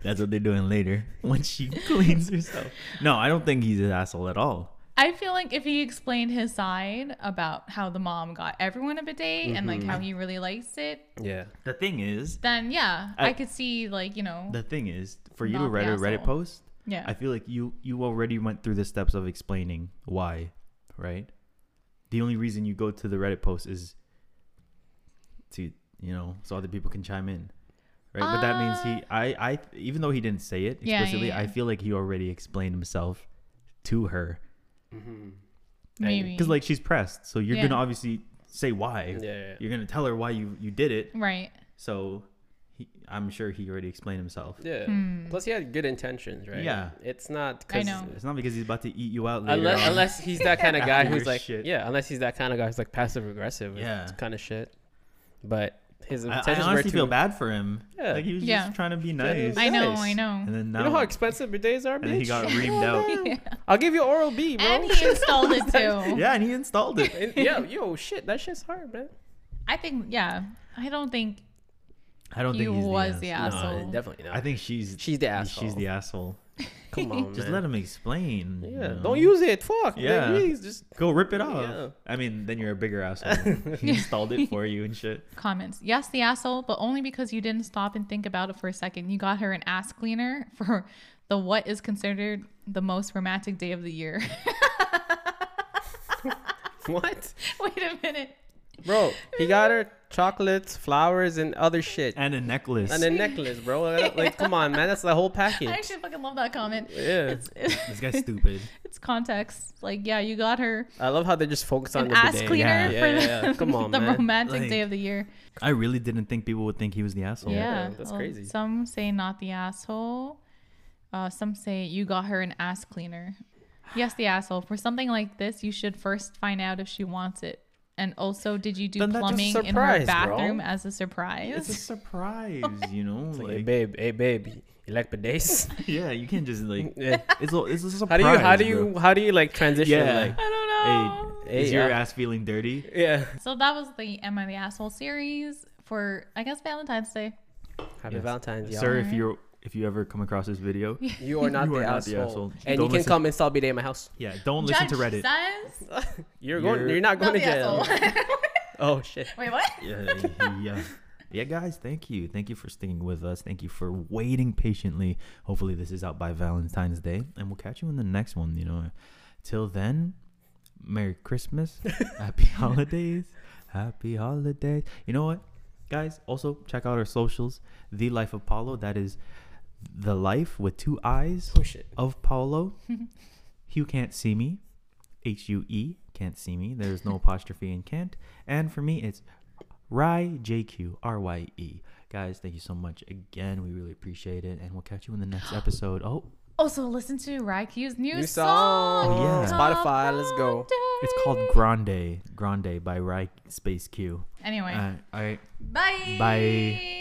Speaker 3: That's what they're doing later when she cleans herself. No, I don't think he's an asshole at all.
Speaker 2: I feel like if he explained his side about how the mom got everyone a bidet and like
Speaker 3: Mm-hmm.
Speaker 2: how he really likes it,
Speaker 1: Yeah.
Speaker 3: The thing is,
Speaker 2: then yeah, I,
Speaker 3: I-
Speaker 2: could see like you know
Speaker 3: the thing is, for you
Speaker 2: Not
Speaker 3: to
Speaker 2: the
Speaker 3: read a Reddit
Speaker 2: asshole.
Speaker 3: post,
Speaker 2: yeah.
Speaker 3: I feel like you you already went through the steps of explaining why, right? The only reason you go to the Reddit post is to you know so other people can chime in, right? but that means he I I even though he didn't say it
Speaker 2: Uh, Yeah, yeah,
Speaker 3: explicitly, I
Speaker 2: yeah.
Speaker 3: feel like he already explained himself to her
Speaker 2: maybe
Speaker 3: because like she's pressed, so you're
Speaker 2: Yeah.
Speaker 3: gonna obviously say why.
Speaker 1: Yeah, yeah, yeah.
Speaker 3: You're gonna tell her why you you did it.
Speaker 2: right
Speaker 3: So he, I'm sure he already explained himself.
Speaker 1: Yeah. Plus, he had good intentions, right?
Speaker 3: Yeah.
Speaker 1: It's not.
Speaker 2: Hmm. I
Speaker 1: 'cause-
Speaker 2: know.
Speaker 3: It's not because he's about to eat you out later.
Speaker 1: Unless,
Speaker 3: on.
Speaker 1: unless he's that kind of guy
Speaker 3: After your
Speaker 1: who's like,
Speaker 3: shit.
Speaker 1: yeah, unless he's that kind of guy who's like passive aggressive,
Speaker 3: Yeah.
Speaker 1: kind of shit. But his
Speaker 3: I,
Speaker 1: intentions
Speaker 3: I
Speaker 1: were
Speaker 3: honestly
Speaker 1: too.
Speaker 3: feel bad for him.
Speaker 1: Yeah.
Speaker 3: Like he was
Speaker 2: Yeah.
Speaker 3: just trying to be
Speaker 1: Trying
Speaker 3: nice.
Speaker 1: to-
Speaker 2: I know
Speaker 1: Nice.
Speaker 2: I know
Speaker 3: And then now
Speaker 1: You know how expensive bidets are, bitch.
Speaker 3: and then he got reamed out.
Speaker 1: I'll give you Oral B, bro.
Speaker 2: and he installed it too
Speaker 3: Yeah, and he installed it.
Speaker 1: And- yeah, yo, shit, that shit's hard, man.
Speaker 2: I think yeah I don't think
Speaker 3: I don't
Speaker 2: He
Speaker 3: think he's
Speaker 2: was the
Speaker 3: the
Speaker 2: ass-
Speaker 3: asshole.
Speaker 2: Asshole.
Speaker 1: definitely not.
Speaker 3: I think she's
Speaker 1: She's the asshole.
Speaker 3: She's the asshole.
Speaker 1: Come on,
Speaker 3: Just
Speaker 1: man.
Speaker 3: let him explain. you
Speaker 1: Yeah,
Speaker 3: know?
Speaker 1: don't use it. Fuck.
Speaker 3: Yeah.
Speaker 1: Yeah. please, just
Speaker 3: Go rip it off.
Speaker 1: Yeah.
Speaker 3: I mean, then you're a bigger asshole. he installed it for you and shit.
Speaker 2: comments yes the asshole but only because you didn't stop and think about it for a second you got her an ass cleaner for the what is considered the most romantic day of the year
Speaker 1: what,
Speaker 2: wait a minute
Speaker 1: bro? He got her chocolates, flowers, and other shit,
Speaker 3: And a necklace.
Speaker 1: and a necklace, bro. Like, come on, man, that's the whole package.
Speaker 2: I actually fucking love that comment
Speaker 1: yeah,
Speaker 3: this guy's stupid.
Speaker 2: it's context like yeah you got her
Speaker 1: I love how they just focus on
Speaker 2: an
Speaker 1: the
Speaker 2: ass
Speaker 1: bidet.
Speaker 2: cleaner
Speaker 3: Yeah.
Speaker 2: for
Speaker 1: Yeah, yeah,
Speaker 2: the,
Speaker 1: yeah. Come on,
Speaker 2: the
Speaker 1: man.
Speaker 2: romantic
Speaker 3: Like-
Speaker 2: day of the year
Speaker 3: I really didn't think people would think he was the asshole.
Speaker 2: Yeah,
Speaker 1: that's
Speaker 2: well,
Speaker 1: crazy.
Speaker 2: Some say not the asshole. Uh, some say you got her an ass cleaner. Yes, the asshole. For something like this, you should first find out if she wants it. And also, did you do
Speaker 3: Then that's a
Speaker 2: plumbing in her
Speaker 1: surprise,
Speaker 2: bathroom
Speaker 1: bro.
Speaker 2: as a
Speaker 3: It's a
Speaker 2: surprise?
Speaker 3: surprise, you know.
Speaker 1: Like, hey
Speaker 3: like-
Speaker 1: babe, hey babe, you like bidets?
Speaker 3: yeah, you can't just like.
Speaker 1: yeah.
Speaker 3: It's a, it's a surprise.
Speaker 1: How do you how do
Speaker 3: bro.
Speaker 1: you how do you like transition?
Speaker 3: Yeah.
Speaker 1: Like,
Speaker 2: I
Speaker 3: Hey,
Speaker 2: don't know.
Speaker 1: Hey,
Speaker 3: is your
Speaker 1: yeah.
Speaker 3: ass feeling dirty?
Speaker 1: yeah.
Speaker 2: So that was the Am I the Asshole series for, I guess, Valentine's Day.
Speaker 1: Happy
Speaker 3: Yes.
Speaker 1: Valentine's, y'all.
Speaker 3: Sir, if you're if you ever come across this video,
Speaker 1: You are not,
Speaker 3: You
Speaker 1: the,
Speaker 3: are not
Speaker 1: asshole.
Speaker 3: the asshole.
Speaker 1: and
Speaker 3: Don't
Speaker 1: you can
Speaker 3: listen-
Speaker 1: come install bidet in my house.
Speaker 3: yeah, don't listen to
Speaker 2: Judge
Speaker 3: Reddit.
Speaker 2: says,
Speaker 1: You're going.
Speaker 3: You're-
Speaker 1: You're, not
Speaker 2: not
Speaker 1: going
Speaker 2: the
Speaker 1: to jail.
Speaker 2: asshole.
Speaker 1: Oh shit.
Speaker 2: Wait, what?
Speaker 3: yeah, yeah. Yeah, guys, thank you. Thank you for sticking with us. Thank you for waiting patiently. Hopefully this is out by Valentine's Day and we'll catch you in the next one, you know. Till then, Merry Christmas, Happy Holidays, Happy Holidays. You know what? Guys, also check out our socials, The Life of Paulo, that is The Life with two eyes
Speaker 1: Push it.
Speaker 3: of Paulo. Hugh can't see me. H U E can't see me. There's no apostrophe in can't. And for me, it's Rye J Q R Y E. Guys, thank you so much again. We really appreciate it, and we'll catch you in the next episode. Oh,
Speaker 2: Also, listen to Raiku's new,
Speaker 1: New
Speaker 2: song.
Speaker 1: song.
Speaker 3: Yeah.
Speaker 1: Spotify. Let's go.
Speaker 3: it's called Grande Grande by Rye Space Q.
Speaker 2: Anyway.
Speaker 3: Uh, all right.
Speaker 2: Bye.
Speaker 3: Bye.